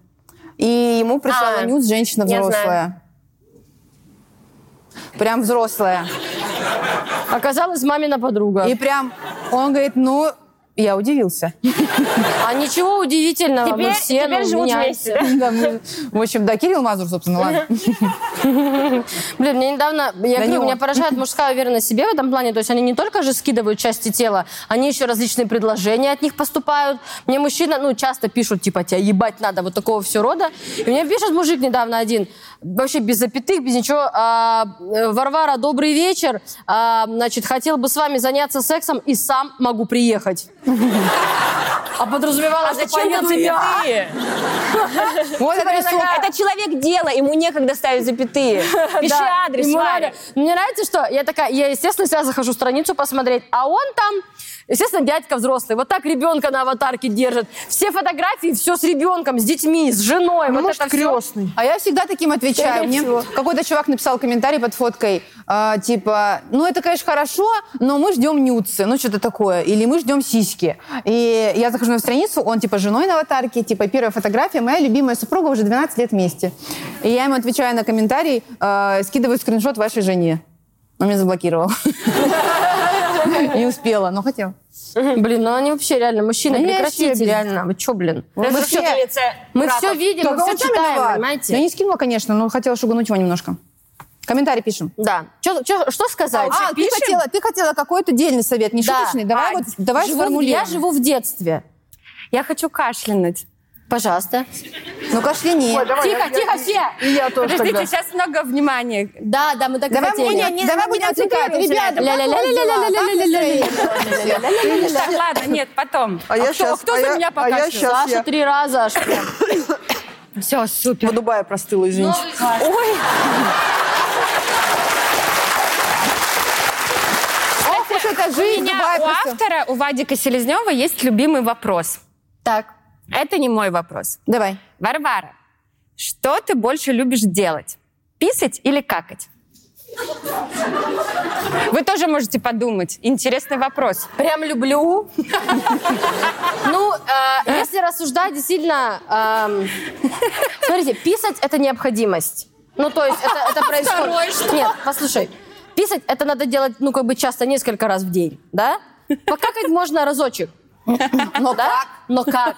B: И ему прислала
F: А,
B: нюц женщина
F: я
B: взрослая. Прям взрослая.
A: Оказалась мамина подруга.
B: И прям он говорит, ну, я удивился. *laughs*
A: А ничего удивительного, мы
F: Теперь-
A: все
F: теперь
A: ну,
F: живут
A: меняемся.
B: Да, мне- В общем, да, Кирилл Мазур, собственно, ладно.
A: Блин, мне недавно, я
B: Да не
A: говорю,
B: он.
A: меня поражает мужская уверенность в себе в этом плане. То есть они не только же скидывают части тела, они еще различные предложения от них поступают. Мне мужчина, ну, часто пишут, типа, тебя ебать надо, вот такого все рода. И мне пишет мужик недавно один, вообще без запятых, без ничего. «А, э, Варвара, добрый вечер. А, значит, хотел бы с вами заняться сексом и сам могу приехать. А подразумевала, что поеду я. *laughs*
B: Вот это рисунок.
F: Это человек дела, ему некогда ставить запятые. Пиши
A: Да,
F: адрес,
A: ему
F: Варя.
A: надо. Мне нравится, что я такая, я, естественно, себя захожу страницу посмотреть, а он там, естественно, дядька взрослый, вот так ребенка на аватарке держит. Все фотографии, все с ребенком, с детьми, с женой, вот
D: Может,
A: это все.
D: крестный.
B: А я всегда таким отвечаю. Мне какой-то чувак написал комментарий под фоткой, а, типа, ну это, конечно, хорошо, но мы ждем нюцы, ну что-то такое, или мы ждем сиськи. И я захожу на страницу, он типа с женой на аватарке, типа первая фотография, моя любимая супруга уже 12 лет вместе. И я ему отвечаю на комментарий, э, скидываю скриншот вашей жене. Он меня заблокировал. *laughs* Не успела, но хотел.
A: Блин, ну они вообще реально, мужчины,
B: Они
A: прекратите,
B: вообще без-
A: реально, вы че, блин?
B: Мы
F: Всё на
B: все-
F: лице
A: Мы
F: прапор.
A: все видим,
B: Только
A: мы все
B: он сам
A: читаем,
B: виноват.
A: понимаете?
B: Я не скинула, конечно, но хотела шугануть его немножко. Комментарий пишем.
A: Да. Чё- чё- что сказать?
B: А, ты хотела, ты хотела какой-то дельный совет, не
A: Да.
B: шуточный. Давай
A: А,
B: вот, давай
A: живу-
B: сформулируем.
A: я живу в детстве.
C: Я хочу кашлянуть.
A: Пожалуйста.
B: Ну кашляни.
A: тихо, тихо, все!
D: И я тоже
C: Подождите,
D: тогда.
C: сейчас много внимания.
A: Да, да, мы так
B: Давай
A: хотели.
B: будем- давай будем отвлекать. Ребята, как у вас
A: Ля-ля-ля-ля-ля-ля-ля-ля-ля-ля.
C: Так, ладно, нет, потом.
D: А я
C: кто,
D: щас-
C: кто
D: а
C: за
D: я-
C: меня
D: а я
C: покашлял?
D: щас-
A: Саша три раза аж прям.
C: Все,
D: В
C: супер.
D: Дубае простыла, извините.
C: Ой,
B: Ох уж это
C: у
B: жизнь,
C: меня
B: Дубай
C: у
B: просто.
C: автора, у Вадика Селезнева, есть любимый вопрос.
A: Так.
C: Это не мой вопрос.
B: Давай.
C: Варвара, что ты больше любишь делать? Писать или какать? Вы тоже можете подумать. Интересный вопрос.
A: Прям люблю. Ну, э, если рассуждать, действительно, эм, *laughs* смотрите, писать это необходимость. Ну, то есть это, *laughs* это происходит. Нет, послушай, писать это надо делать, ну, как бы часто несколько раз в день, да? Покакать можно разочек. Но как? Но как?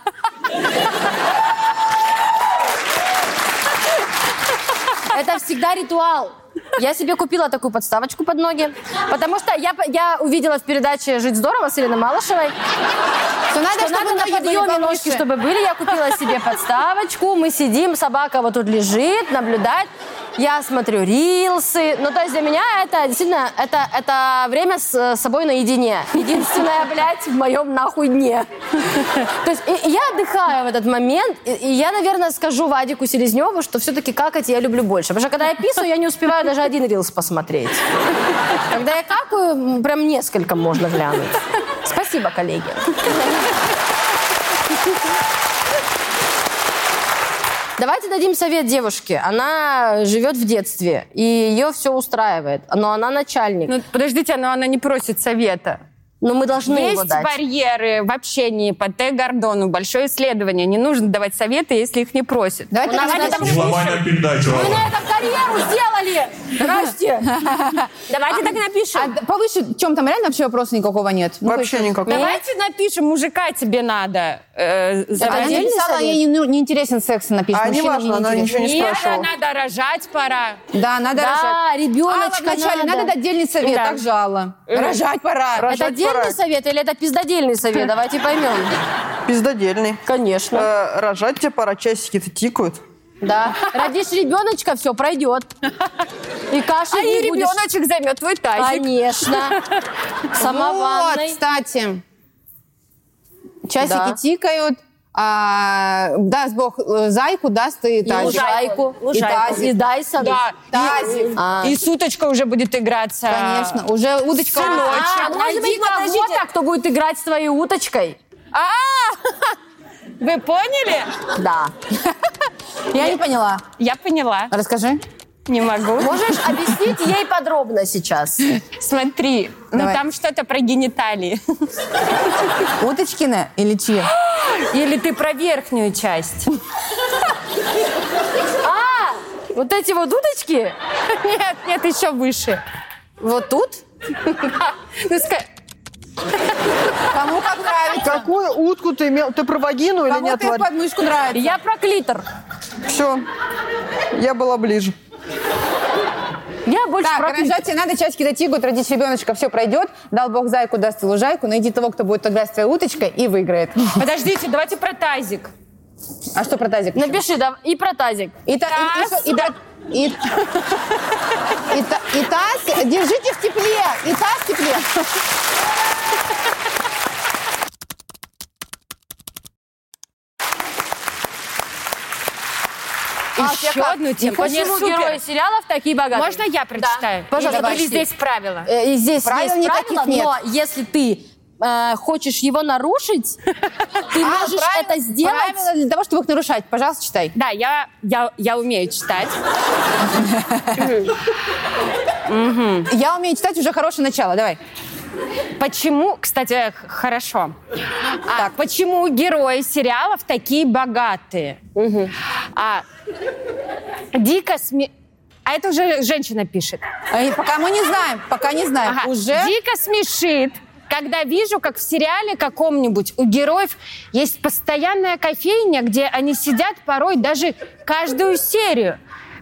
A: Это всегда ритуал. Я себе купила такую подставочку под ноги, потому что я, по- я увидела в передаче «Жить здорово» с Еленой Малышевой,
B: Что надо,
A: что
B: чтобы
A: надо на
B: ноги были
A: подъеме
B: повыше.
A: ножки, чтобы были. Я купила
B: *laughs*
A: себе подставочку, мы сидим, собака вот тут лежит, наблюдает. Я смотрю рилсы. Ну, то есть для меня это действительно, это, это время с э, собой наедине. Единственное, блядь, в моем нахуй дне. *laughs* То есть и- и я отдыхаю в этот момент, и- и я, наверное, скажу Вадику Селезневу, что все-таки какать я люблю больше. Потому что когда я писаю, я не успеваю даже один рилс посмотреть. Когда я какаю, м, прям несколько можно глянуть. Спасибо, коллеги. Давайте дадим совет девушке. Она живет в детстве, и ее все устраивает. Но она начальник.
C: Ну, подождите, но она не просит совета.
A: Но мы должны его
C: Есть
A: дать.
C: барьеры в общении по Т. Гордону. Большое исследование. Не нужно давать советы, если их не просят.
A: У
B: Давай ты
A: нас
B: рассказывай.
A: надо
E: Зломальная передача.
A: Мы на этом карьеру сделали! Здрасте!
F: Давайте так напишем.
B: А д- повыше, в чем там реально вообще вопроса никакого нет? Ну, то
D: Вообще
B: есть-
D: никакого. А
C: Давайте напишем, мужика тебе надо. э,
B: Она
C: заводить.
A: отдельный
B: написала,
A: совет?
B: ей не, ну, не интересен секс, она пишет.
D: А не
B: Мужчина мне
D: важно, она
B: интересен.
D: ничего не
C: Нет,
D: спрашивала.
C: надо рожать пора.
B: Да, надо рожать.
A: Да,
B: Алла,
A: ребеночка
B: вначале надо дать дельный совет,
C: Да.
B: так жало. Рожать пора.
A: Это
D: Рожать пора.
A: отдельный совет или это пиздодельный совет? Давайте поймем.
D: Пиздодельный.
A: Конечно.
D: Э, Рожать тебе пора, часики-то тикают.
A: Да. Родишь ребеночка, все пройдет. И кашель
C: А
A: не
C: и
A: будешь.
C: ребеночек займет твой тазик.
A: Конечно. Сама
B: Вот,
A: ванной.
B: кстати. Часики
A: Да.
B: тикают. А, даст Бог э, зайку, даст и
A: И
B: тазик.
A: лужайку.
B: Лужайку.
A: И Дайсон.
C: Да.
B: Тазик.
A: А.
C: И суточка уже будет играться.
B: Конечно. Уже удочка.
A: А,
C: Сыночек.
A: может быть, кого-то, кто будет играть с твоей уточкой.
C: А, вы поняли?
A: Да.
B: Я не поняла.
C: Я поняла.
B: Расскажи.
C: Не могу.
A: Можешь объяснить ей подробно сейчас?
C: Смотри, ну
B: Давай.
C: там что-то про гениталии.
B: Уточкина или чьи?
C: Или ты про верхнюю *laughs* часть. А,
A: Вот эти вот удочки?
C: *laughs* Нет, нет, еще выше.
A: Вот тут?
C: Ну, ска-
B: Кому как нравится?
D: Какую утку ты имел? Ты про вагину или
B: Кому
D: нет,
B: ты в
D: Варь?
B: подмышку нравится?
C: Я про клитор.
D: Все. Я была ближе.
C: Я больше
B: Так,
C: про клитор.
B: рожать тебе надо, часики до тигу, родить ребеночка, все пройдет. Дал бог зайку, даст и лужайку, найди того, кто будет играть с твоей уточкой и выиграет.
C: Подождите, давайте про тазик.
B: А что про тазик?
A: Напиши, да, и про тазик.
B: И, та- и- и что- и та- и- и та- и таз, держите в тепле, и таз в тепле.
C: Еще одну тему.
A: Почему
C: Мне супер.
A: герои сериалов такие богатые?
C: Можно я прочитаю?
A: Да. Пожалуйста,
C: Или
A: прочти.
C: здесь правила?
A: Э, И здесь
B: Правил
A: есть
B: никаких
A: правила,
B: нет.
A: но если ты э, хочешь его нарушить, ты можешь это сделать.
B: Правила для того, чтобы их нарушать. Пожалуйста, читай.
C: Да, я, я, я умею читать.
B: Я умею читать уже хорошее начало, давай.
C: Почему, кстати, э, х- хорошо. А, почему герои сериалов такие богатые? А, дико сме... А это уже женщина пишет.
B: Э, Пока мы не знаем, пока не знаем.
C: Ага.
B: Уже
C: Дико смешит, когда вижу, как в сериале каком-нибудь у героев есть постоянная кофейня, где они сидят порой даже каждую серию.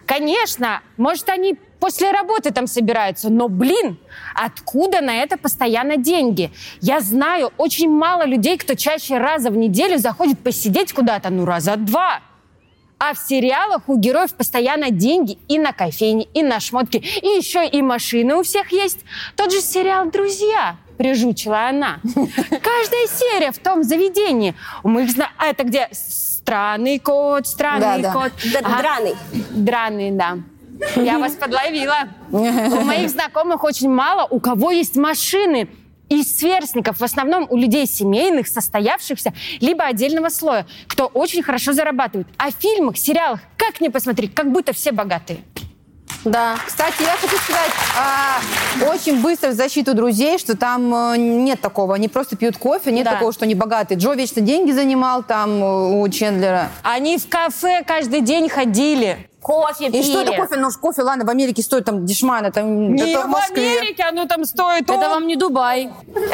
C: Конечно, может, они после работы там собираются, но, блин, откуда на это постоянно деньги? Я знаю очень мало людей, кто чаще раза в неделю заходит посидеть куда-то, ну, раза два. А в сериалах у героев постоянно деньги и на кофейне, и на шмотки, и еще и машины у всех есть. Тот же сериал «Друзья» прижучила она.
B: *laughs*
C: Каждая серия в том заведении. Мы их зна- А это где? Странный кот, странный
B: Да, да.
C: кот.
F: Д-
C: А,
F: Драный.
C: Драный, да. Я вас подловила. У моих знакомых очень мало, у кого есть машины. Из сверстников, в основном у людей семейных, состоявшихся, либо отдельного слоя, кто очень хорошо зарабатывает. А в фильмах, сериалах, как ни посмотри, как будто все богатые.
A: Да.
B: Кстати, я хочу сказать а, очень быстро в защиту друзей, что там э, нет такого. Они просто пьют кофе, нет
C: Да.
B: такого, что они богатые. Джо вечно деньги занимал там э, у Чендлера.
C: Они в кафе каждый день ходили.
F: *laughs* Кофе
B: И
F: пили.
B: что это кофе? Ну, ж кофе, ладно, в Америке стоит там дешмана, там...
C: И
B: это в
C: в
B: Москве.
C: Америке оно там стоит.
A: Это
C: о,
A: вам не Дубай.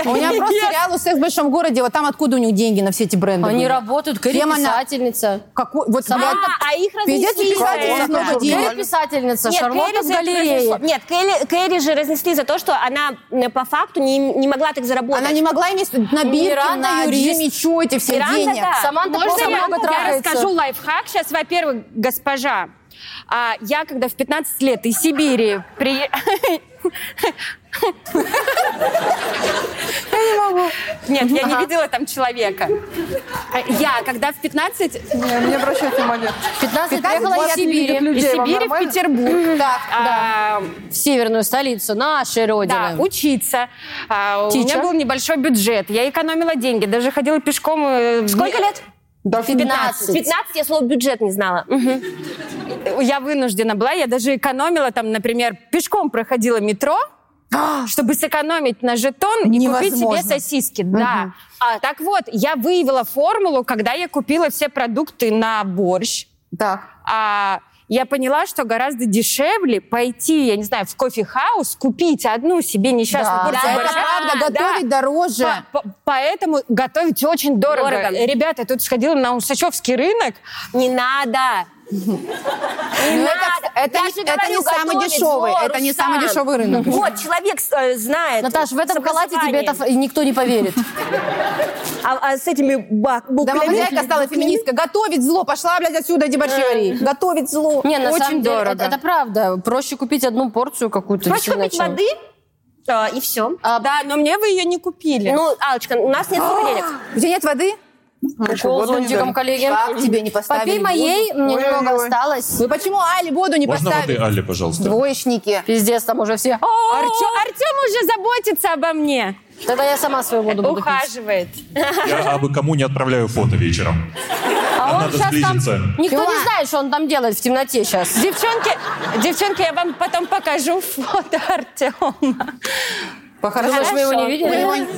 B: У меня просто сериал «Секс в большом городе», вот там откуда у них деньги на все эти бренды
A: Они
B: были?
A: работают, Кэрри
B: Кем она?
A: писательница.
B: Какой- вот,
A: Сама-
B: блядь,
C: а, а их
B: пиздец,
C: разнесли.
B: и писатель
C: Да.
B: много денег.
A: Кэрри писательница,
F: Нет,
A: Шарлотта
F: Кэрри
A: в
F: же разнесло.
A: галерее.
F: Нет, Кэрри, Кэрри же разнесли за то, что она м, по факту не, не могла так заработать.
B: Она не могла иметь на Биркин,
A: Миранда,
B: на
A: юрист.
B: Джимми Чу эти все
F: Миранда,
B: деньги.
F: да.
A: Саманта
C: Можно
A: просто
C: я,
A: много
C: я
A: трахается.
C: расскажу лайфхак? Сейчас, во-первых, госпожа, а, я когда в 15 лет из Сибири при... Я не могу. Нет, я не видела там человека. А, Я, когда в 15...
D: Не, мне обращать внимание.
A: 15
B: 15
A: приехала из
B: лет
A: Сибири.
D: видит людей.
C: Из
D: Где, вам
C: Сибири в
A: *laughs*
D: нормально?
C: Петербург.
B: Так,
C: а,
A: В северную столицу нашей
C: Да,
A: родины.
C: учиться. А, У меня
A: Teacher.
C: был небольшой бюджет. Я экономила деньги. Даже ходила пешком. э,
F: Сколько лет?
D: Да,
A: 15.
F: 15, я слово бюджет не знала. Мгм.
C: я вынуждена была, я даже экономила там, например, пешком проходила метро, чтобы сэкономить на жетон и купить себе
B: А! Невозможно.
C: сосиски. Да. А, так вот, я выявила формулу, когда я купила все продукты на борщ.
B: так.
C: А, я поняла, что гораздо дешевле пойти, я не знаю, в кофе-хаус, купить одну себе несчастную
B: Да,
C: порцию
B: это
C: борща.
B: правда,
C: Да.
B: готовить дороже.
C: По- по- поэтому готовить очень дорого.
F: Дорого.
C: Ребята, я тут сходила на Усачевский рынок,
F: Не надо. Не
B: Ну, это-
F: надо.
B: это
F: Я
B: не-
F: же
B: это
F: говорю,
B: не самый
F: готовить
B: дешевый,
F: зло,
B: это не
F: Рустам.
B: самый дешевый рынок.
F: *laughs* Вот, человек э, знает.
A: Наташ, в этом халате тебе это ф- никто не поверит.
F: А, а с этими бак
B: Да, хозяйка стала феминисткой. Готовить зло. Пошла, блядь, отсюда, иди борщи вари. Готовить
A: *laughs*
B: зло.
A: Э. Не, на
C: Очень
A: самом деле,
C: дорого.
A: это, это правда. Проще купить одну порцию какую-то.
F: Проще
A: действительно,
F: купить
A: чем-
F: воды, э, и все.
A: А,
C: да, но мне вы ее не купили. А!
F: Ну, Алочка, у нас нет столько денег.
B: Где нет воды?
A: Укол зонтиком, коллеги.
B: Как тебе не поставили
A: Попей моей, мне
D: Ой-ой-ой.
A: немного осталось.
B: Вы почему Али воду не
E: Можно воды,
B: поставили?
E: Алле, пожалуйста?
B: Двоечники.
A: Пиздец, там уже все. «А,
C: Артем, уже заботится обо мне.
A: Тогда я сама свою воду буду пить.
C: Ухаживает.
E: а Я абы кому не отправляю фото вечером. Нам
A: А он
E: надо
A: щас там-
E: сблизиться.
A: Никто не знает, что он там делает в темноте сейчас.
C: Девчонки, девчонки, я вам потом покажу *laughs* фото Артема.
B: Похорошо.
A: Думаешь, мы его не видели?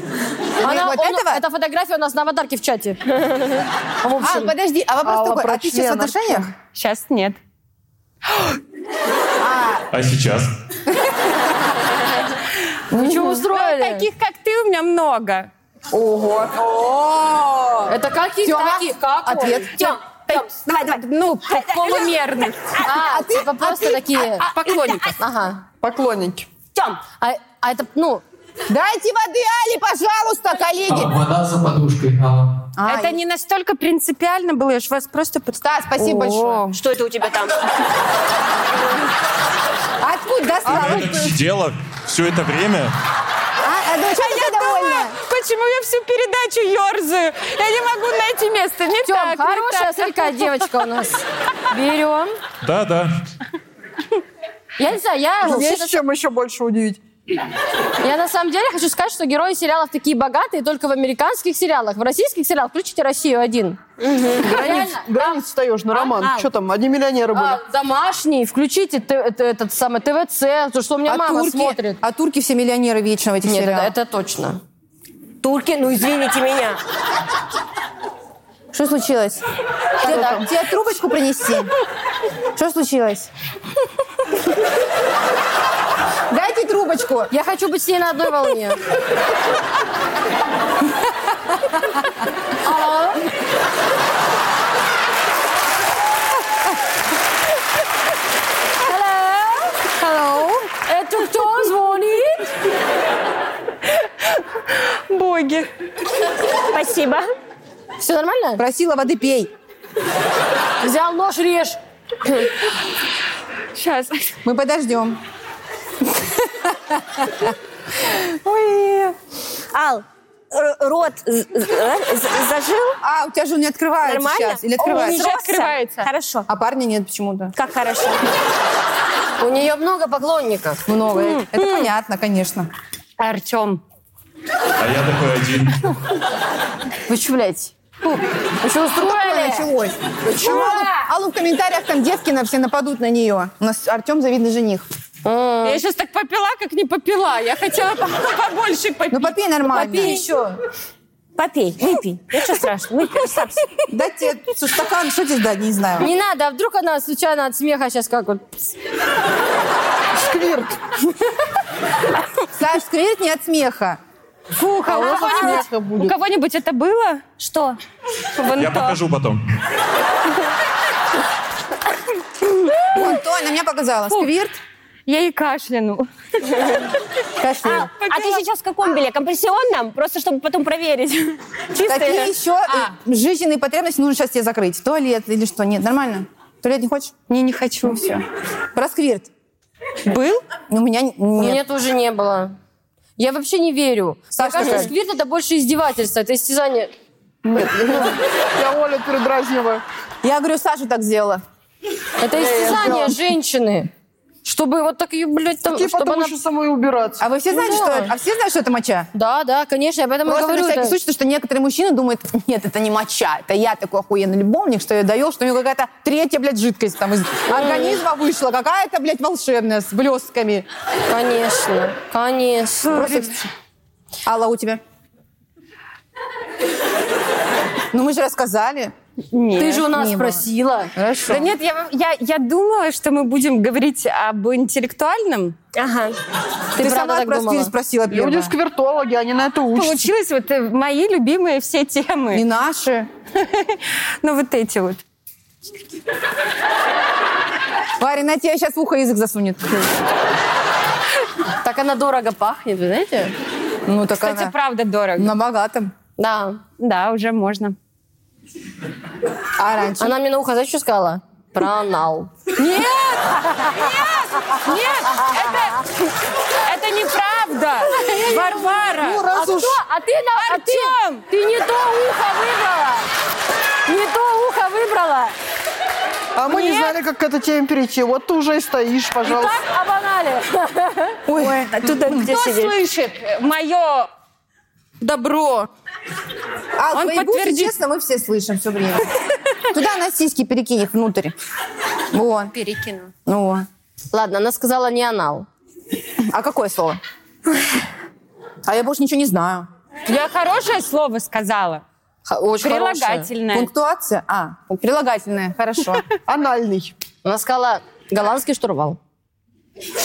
A: Она-
H: вот
A: он-
H: этого?
A: Эта фотография у нас на аватарке в чате. В
H: А,
A: общем,
H: подожди, а вопрос
B: Алла
H: такой,
B: про
H: а ты сейчас в
B: член вообще.
H: отношениях?
C: Сейчас нет.
E: А сейчас?
A: вы что
C: Ну,
A: устроили?
C: таких, как ты, у меня много.
H: Ого. О!
A: Это какие
H: Тёма,
A: такие? Как он?
H: ответ.
A: Тём, Тём,
H: Давай, давай.
C: Ну, полумерных.
A: А, типа просто такие...
C: Поклонников.
A: Ага.
D: Поклонники.
A: Тём, а а это, ну,
H: Дайте воды Али, пожалуйста, коллеги.
I: Вода за подушкой, Алла.
H: А,
C: Это
H: и-
C: не настолько принципиально было, я же вас просто представила.
H: Да, спасибо большое.
F: Что это у тебя там?
H: Откуда
E: Она
H: достала?
E: так сидела все это время.
H: А, а, ну, чё ты довольна?
C: Почему я всю передачу ерзаю? Я не могу найти место. Не
A: Тём,
C: так, не
A: хорошая,
C: так.
A: смотри, какая девочка у нас. Берем.
E: Да, да.
A: Я не знаю, я...
D: Есть чем еще больше удивить.
A: Я на самом деле хочу сказать, что герои сериалов такие богатые только в американских сериалах. В российских сериалах включите Россию один.
D: Границ, границ встаешь на ну, роман. Что там, одни миллионеры были.
A: А, домашний, включите т- это- этот самый ТВЦ, то, что у меня
B: А
A: мама
B: турки,
A: смотрит.
B: а турки все миллионеры вечно в этих
A: Нет, это,
B: сериалах.
A: это точно.
F: Турки, ну извините меня.
B: Что случилось? Тебе, тебе трубочку принести? Что случилось?
H: Дайте трубочку.
A: Я хочу быть с ней на одной волне. Алло? Hello? Это кто звонит?
C: Боги.
F: Спасибо.
A: Все нормально?
B: Просила воды пей.
A: Взял нож, режь.
C: Сейчас.
B: Мы подождем.
F: Ал, р- рот з- з- э, з- зажил?
B: А, у тебя же он не открывается
F: Нормально?
B: сейчас. Или
F: Он
B: открывается?
F: уже
C: открывается.
F: Хорошо.
B: А парня нет почему-то.
F: Как хорошо.
A: У нее много поклонников.
B: Много. Это понятно, конечно.
C: Артем.
E: А я такой один.
A: Вы что, блядь? Вы что
B: Такое
A: устроили?
B: началось. Почему? Аллу в комментариях там девки на все нападут на нее. У нас Артем завидный жених.
C: Я сейчас так попила, как не попила.
A: *laughs*
C: Я хотела по- побольше попить.
B: Ну попей нормально.
A: Попей еще.
F: Попей, выпей. Ничего страшного, выпей, расслабься.
B: Дать тебе слушай, стакан, что тебе дать, не знаю.
A: Не надо, а вдруг она случайно от смеха сейчас как вот...
B: Саш, сквирт не от смеха.
C: Фу, у кого-нибудь,
D: Смеха будет.
C: у кого-нибудь это было?
F: Что?
C: Вон
E: Я
C: то.
E: покажу потом.
B: Вон то, она мне показала. Сквирт,
C: Я и кашляну.
B: кашель.
F: А, а ты сейчас в каком беле? Компрессионном? Просто чтобы потом проверить.
B: Какие
F: Чистые?
B: еще э, жизненные потребности нужно сейчас тебе закрыть? Туалет или что? Нет, нормально? Туалет не хочешь? Ну,
C: Не, не хочу.
B: Про сквирт.
C: Был?
B: Ну, У меня н-
A: У
B: нет.
A: меня тоже не было. Я вообще не верю. Мне
B: Саша
A: кажется,
B: такая.
A: сквирт это больше издевательство, это истязание.
D: Я Оля передразниваю.
B: Я говорю, Саша так сделала.
A: Это истязание женщины. Чтобы вот так ее, блядь, там...
D: Какие
A: чтобы
D: потом
A: она-
D: еще самой убираться.
B: А вы все знаете, что это? А все знают, что это моча?
A: Да, да, конечно, я об этом и Ну,
B: Просто
A: говорю.
B: на всякий
A: это-
B: случай, потому что некоторые мужчины думают, нет, это не моча, это я такой охуенный любовник, что я доел, что у него какая-то третья, блядь, жидкость там из организма вышла, какая-то, блядь, волшебная, с блестками.
A: Конечно, конечно.
B: Просто... Алла, у тебя? Ну, мы же рассказали.
A: Ты же у нас
B: не было.
A: спросила.
B: Хорошо.
C: Да нет, я, я, я думала, что мы будем говорить об интеллектуальном.
F: Ага.
A: Ты,
B: Ты
A: правда
B: сама
A: так
B: про
A: думала?
B: сквирт спросила
D: Люди
B: первая.
D: сквертологи, они на это учатся.
C: Получилось вот э, мои любимые все
B: Не
C: темы.
B: наши.
C: *laughs* Ну вот эти вот.
B: Варя, на тебя сейчас в ухо язык засунет.
A: Так она дорого пахнет, вы знаете?
B: Ну, так
C: Кстати,
B: она
C: правда дорого.
B: на богатом.
A: Да.
C: Да, уже можно.
B: А раньше?
A: Она мне на ухо, знаешь, что сказала? Про анал.
C: Нет, это, это неправда. Варвара.
A: а, кто? а ты на... а ты-
C: Артем!
A: Ты не то ухо выбрала! Не то ухо выбрала!
D: А мы не знали, как к этой теме перейти. Вот ты уже и стоишь, пожалуйста.
A: Так об анале.
B: Ой,
F: Оттуда, где
C: Кто
F: сидишь?
C: слышит мое добро?
B: А
C: Он
B: твои гусли, А,
C: подтвердит.
B: честно, мы все слышим все время. Туда на сиськи перекинь их внутрь. Вот.
F: Перекину.
B: Ну.
A: Ладно, она сказала не анал.
B: А какое слово? А я больше ничего не знаю.
C: Я хорошее слово сказала.
A: Х- очень хорошая.
C: Прилагательное.
B: Пунктуация? А, прилагательное, хорошо.
D: Анальный.
A: Она сказала голландский штурвал.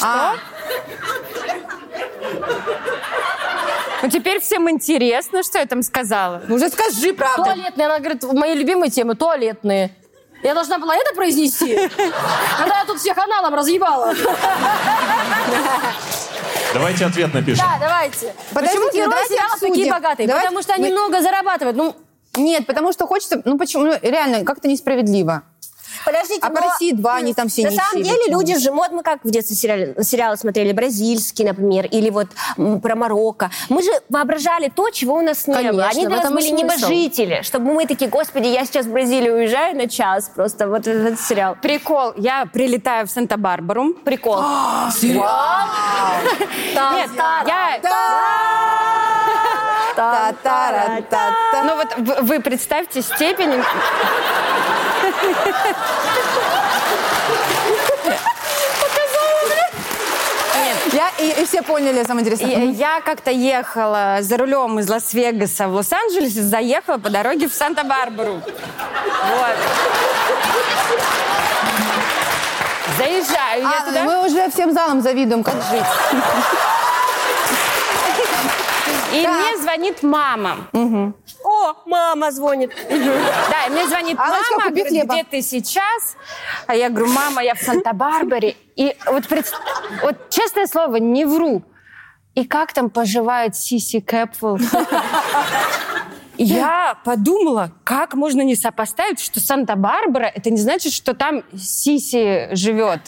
B: А,
C: Ну, теперь всем интересно, что я там сказала.
B: ну уже скажи правду.
A: Туалетные, она говорит, мои любимые темы туалетные. Я должна была это произнести, когда я тут всех аналом разъебала.
E: Давайте ответ напишем.
A: Да, давайте.
B: Подождите,
A: Почему
B: ну
A: герои
B: давайте
A: сериалов такие
B: обсудим.
A: богатые?
B: Давайте
A: Потому что они
B: мы-
A: много зарабатывают. Ну,
B: Нет, потому что хочется, ну почему, ну реально, как-то несправедливо.
F: Подождите,
B: А по
F: но-
B: России два, они там все
F: На
B: не
F: самом
B: ищи,
F: деле
B: почему?
F: люди же, вот мы как в детстве сериале- сериалы смотрели, бразильский, например, или вот м, про Марокко. Мы же воображали то, чего у нас не
A: Конечно,
F: было. Они
A: в
F: для нас
A: этом и
F: были
A: смысл.
F: небожители, чтобы мы такие, господи, я сейчас в Бразилию уезжаю на час, просто вот этот сериал.
C: Прикол. Я прилетаю в Санта-Барбару. Прикол. Нет, я...
B: Та-та-ра-та-та.
C: Ну вот в- вы представьте степень...
B: Я, и, и все поняли, самое
C: Я,
B: интересное.
C: я как-то ехала за рулем из Лас-Вегаса в Лос-Анджелес и заехала по дороге в Санта-Барбару. Вот. Заезжаю я
B: А,
C: туда.
B: мы уже всем залом завидуем, как жить.
C: И мне звонит мама. О, мама звонит. Да, и мне звонит
B: Аллочка,
C: мама,
B: купи
C: говорит,
B: хлеба.
C: где ты сейчас? А я говорю, мама, я в Санта-Барбаре. И вот, пред- вот честное слово, не вру. И как там поживает Сиси Кэпвелл? Я подумала, как можно не сопоставить, что Санта-Барбара, это не значит, что там Сиси живет.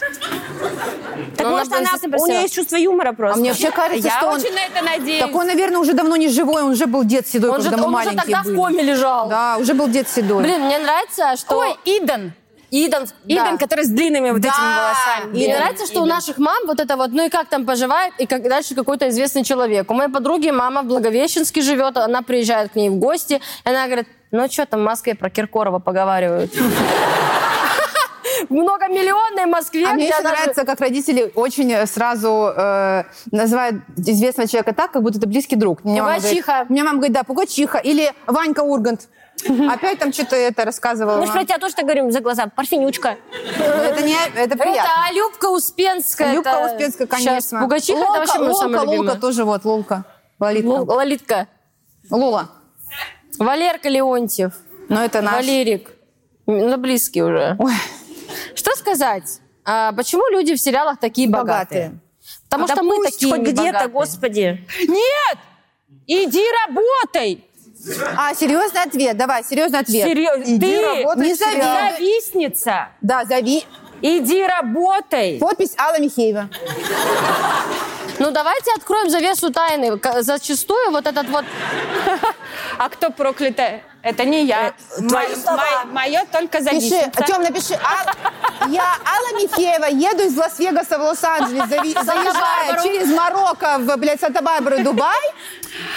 F: Так может, Ну, она, у нее есть чувство юмора
B: А
F: просто.
B: мне вообще кажется,
C: Я
B: что он...
C: очень на это надеюсь.
B: Так он, наверное, уже давно не живой, он уже был дед седой,
A: он же
B: когда мы
A: он уже
B: маленькие
A: тогда в
B: были.
A: коме лежал.
B: Да, уже был дед седой.
A: Блин, мне нравится, что...
C: Ой, Идан.
A: Идан,
C: Идан,
A: да.
C: который с длинными вот
B: Да.
C: этими волосами.
A: Мне нравится, что у наших мам вот это вот, ну и как там поживает, и как дальше какой-то известный человек. У моей подруги мама в Благовещенске живет, она приезжает к ней в гости, и она говорит, ну что там в Москве про Киркорова поговаривают. В Многомиллионной Москве,
B: А
A: где
B: мне еще
A: она жи-
B: нравится, как родители очень э, сразу э, называют известного человека так, как будто это близкий друг. Мне мама говорит-
A: Пугачиха.
B: Мне мама говорит, да, Пугачиха или Ванька Ургант. Опять там что-то это рассказывала.
F: Мы же
B: мама. Ну,
F: про тебя тоже так говорим за глаза. Парфенючка.
B: Это не, это
A: Это
B: приятно.
A: Любка Успенская.
B: Любка
A: это
B: Успенская,
A: щас
B: конечно.
A: Пугачиха, это
B: Лолка,
A: вообще моя
B: Лолка,
A: самая
B: Лолка
A: любимая.
B: тоже вот, Лолка. Лолитка.
A: Лол- Лолитка.
B: Лола.
A: Валерка Леонтьев.
B: Но это наш.
A: Валерик. Ну, близкий уже.
B: Ой.
A: Что сказать? А, почему люди в сериалах такие богатые?
B: Богатые. А
A: Потому что мы такие
F: хоть где-то,
A: небогатые.
F: господи.
C: Нет! Иди работай!
B: А, серьезный ответ. Давай, серьезный ответ.
C: Серьезно. Ты
B: работай в сериале.
C: завистница.
B: Да, зови.
C: Иди работай.
B: Подпись Алла Михеева.
A: Ну, давайте откроем завесу тайны. К- Зачастую вот этот вот...
C: А кто проклятая? Это не я. Мое, мое только
B: Пиши,
C: завистница.
B: Тем, напиши. «А- я Алла Михеева, еду из Лас-Вегаса в Лос-Анджелес, зави- заезжая через Марокко в, блядь, Санта-Барбару, Дубай.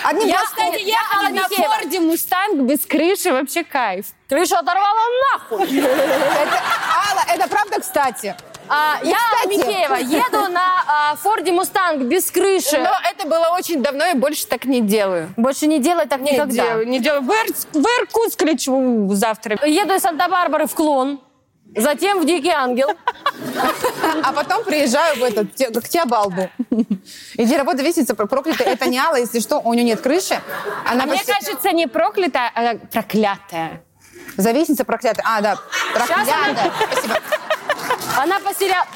B: Одним
C: Я,
B: глазком.
C: кстати, ехала на Форде Мустанг без крыши. Вообще кайф.
A: Крышу оторвала нахуй!
B: Это- Алла, это правда, кстати?
A: А, я,
B: кстати.
A: Михеева, еду на а, Форде Мустанг без крыши.
C: Но это было очень давно, и больше так не делаю.
A: Больше не делай так
C: Не
A: никогда.
C: делаю, не делаю. В, Иркутск- в Иркутск лечу завтра.
A: Еду из Санта-Барбары в Клон, затем в Дикий Ангел.
B: А потом приезжаю в этот, те- к Теобалду. Иди работа весится проклятая. Это не Алла, если что, у нее нет крыши. Она
C: А мне
B: почти-
C: кажется, не проклятая, а проклятая.
B: Завистница проклятая. А, да.
C: *laughs*
B: Проклятая. Спасибо.
A: Она по, сериа-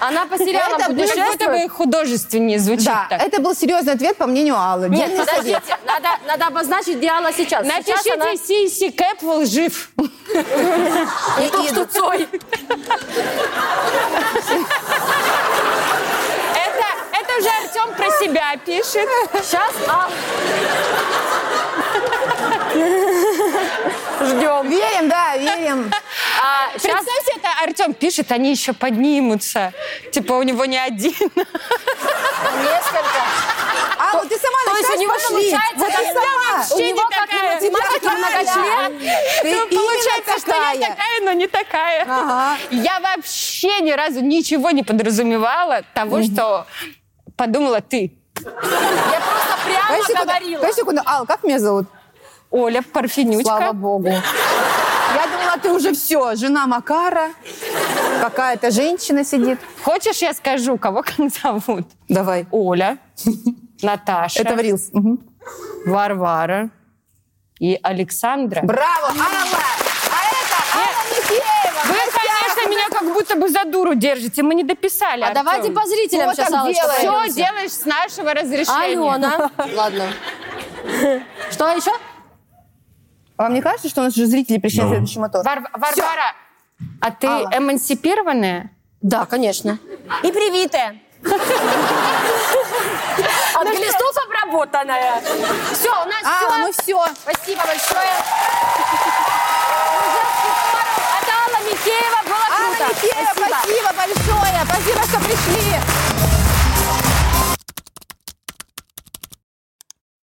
A: Она по сериалам
B: Это
A: путешествует.
C: Как будто бы художественнее звучит
B: Да,
C: так.
B: это был серьезный ответ, по мнению Аллы.
A: Нет,
B: Дельный
A: подождите,
B: совет.
A: надо, надо обозначить Диала сейчас. Сейчас
C: Напишите
A: она-
C: Сиси Кэпвелл жив.
A: Не то, что Цой.
C: Это, это уже Артем про себя пишет.
A: Сейчас а... Ждем.
B: Верим, да, верим.
A: А, сейчас...
C: Представьте, это Артем пишет, они еще поднимутся. Типа у него не один.
A: Несколько.
B: Алла, А, ты сама
A: То есть у
B: начинаешь
A: него
B: пошлить.
A: получается...
B: Ты сама.
A: У него
B: не
A: как
B: такая.
A: математика
B: Да.
A: многочлен.
B: Ты
C: Ну,
B: именно
C: получается, что я
B: такая.
C: такая, но не такая.
B: Ага.
C: Я вообще ни разу ничего не подразумевала того, что подумала ты. Я просто прямо
B: Подожди секунду,
C: говорила.
B: подожди секунду. Ал, как меня зовут?
C: Оля Парфенючка.
B: Слава богу. Я думала, ты уже все. Жена Макара. Какая-то женщина сидит.
C: Хочешь, я скажу, кого как зовут?
B: Давай.
A: *laughs*
C: Оля, Наташа,
B: Это в Рилс. Мгм.
C: Варвара и Александра.
B: Браво, Алла! А это Алла Михеева!
C: Вы, конечно, меня как будто бы за дуру держите. Мы не дописали.
A: А давайте по зрителям
B: Ну, Вот
A: сейчас,
B: так
A: Аллочка,
B: делаем.
A: пойдёмте.
C: Все делаешь с нашего разрешения.
B: *laughs*
A: Алена. Ладно. Что еще?
B: Вам не кажется, что у нас же зрители пришли
E: Ну.
B: в следующий мотор?
C: Вар- Варвара, а ты
B: Алла.
C: эмансипированная?
A: Да, конечно.
F: И
B: *laughs*
F: привитая.
A: От глистов обработанная. Все, у нас
B: А,
A: все.
B: ну все.
A: Спасибо большое. От Алла Михеева было
B: Алла
A: круто.
B: Михеева, спасибо большое. Спасибо, что пришли.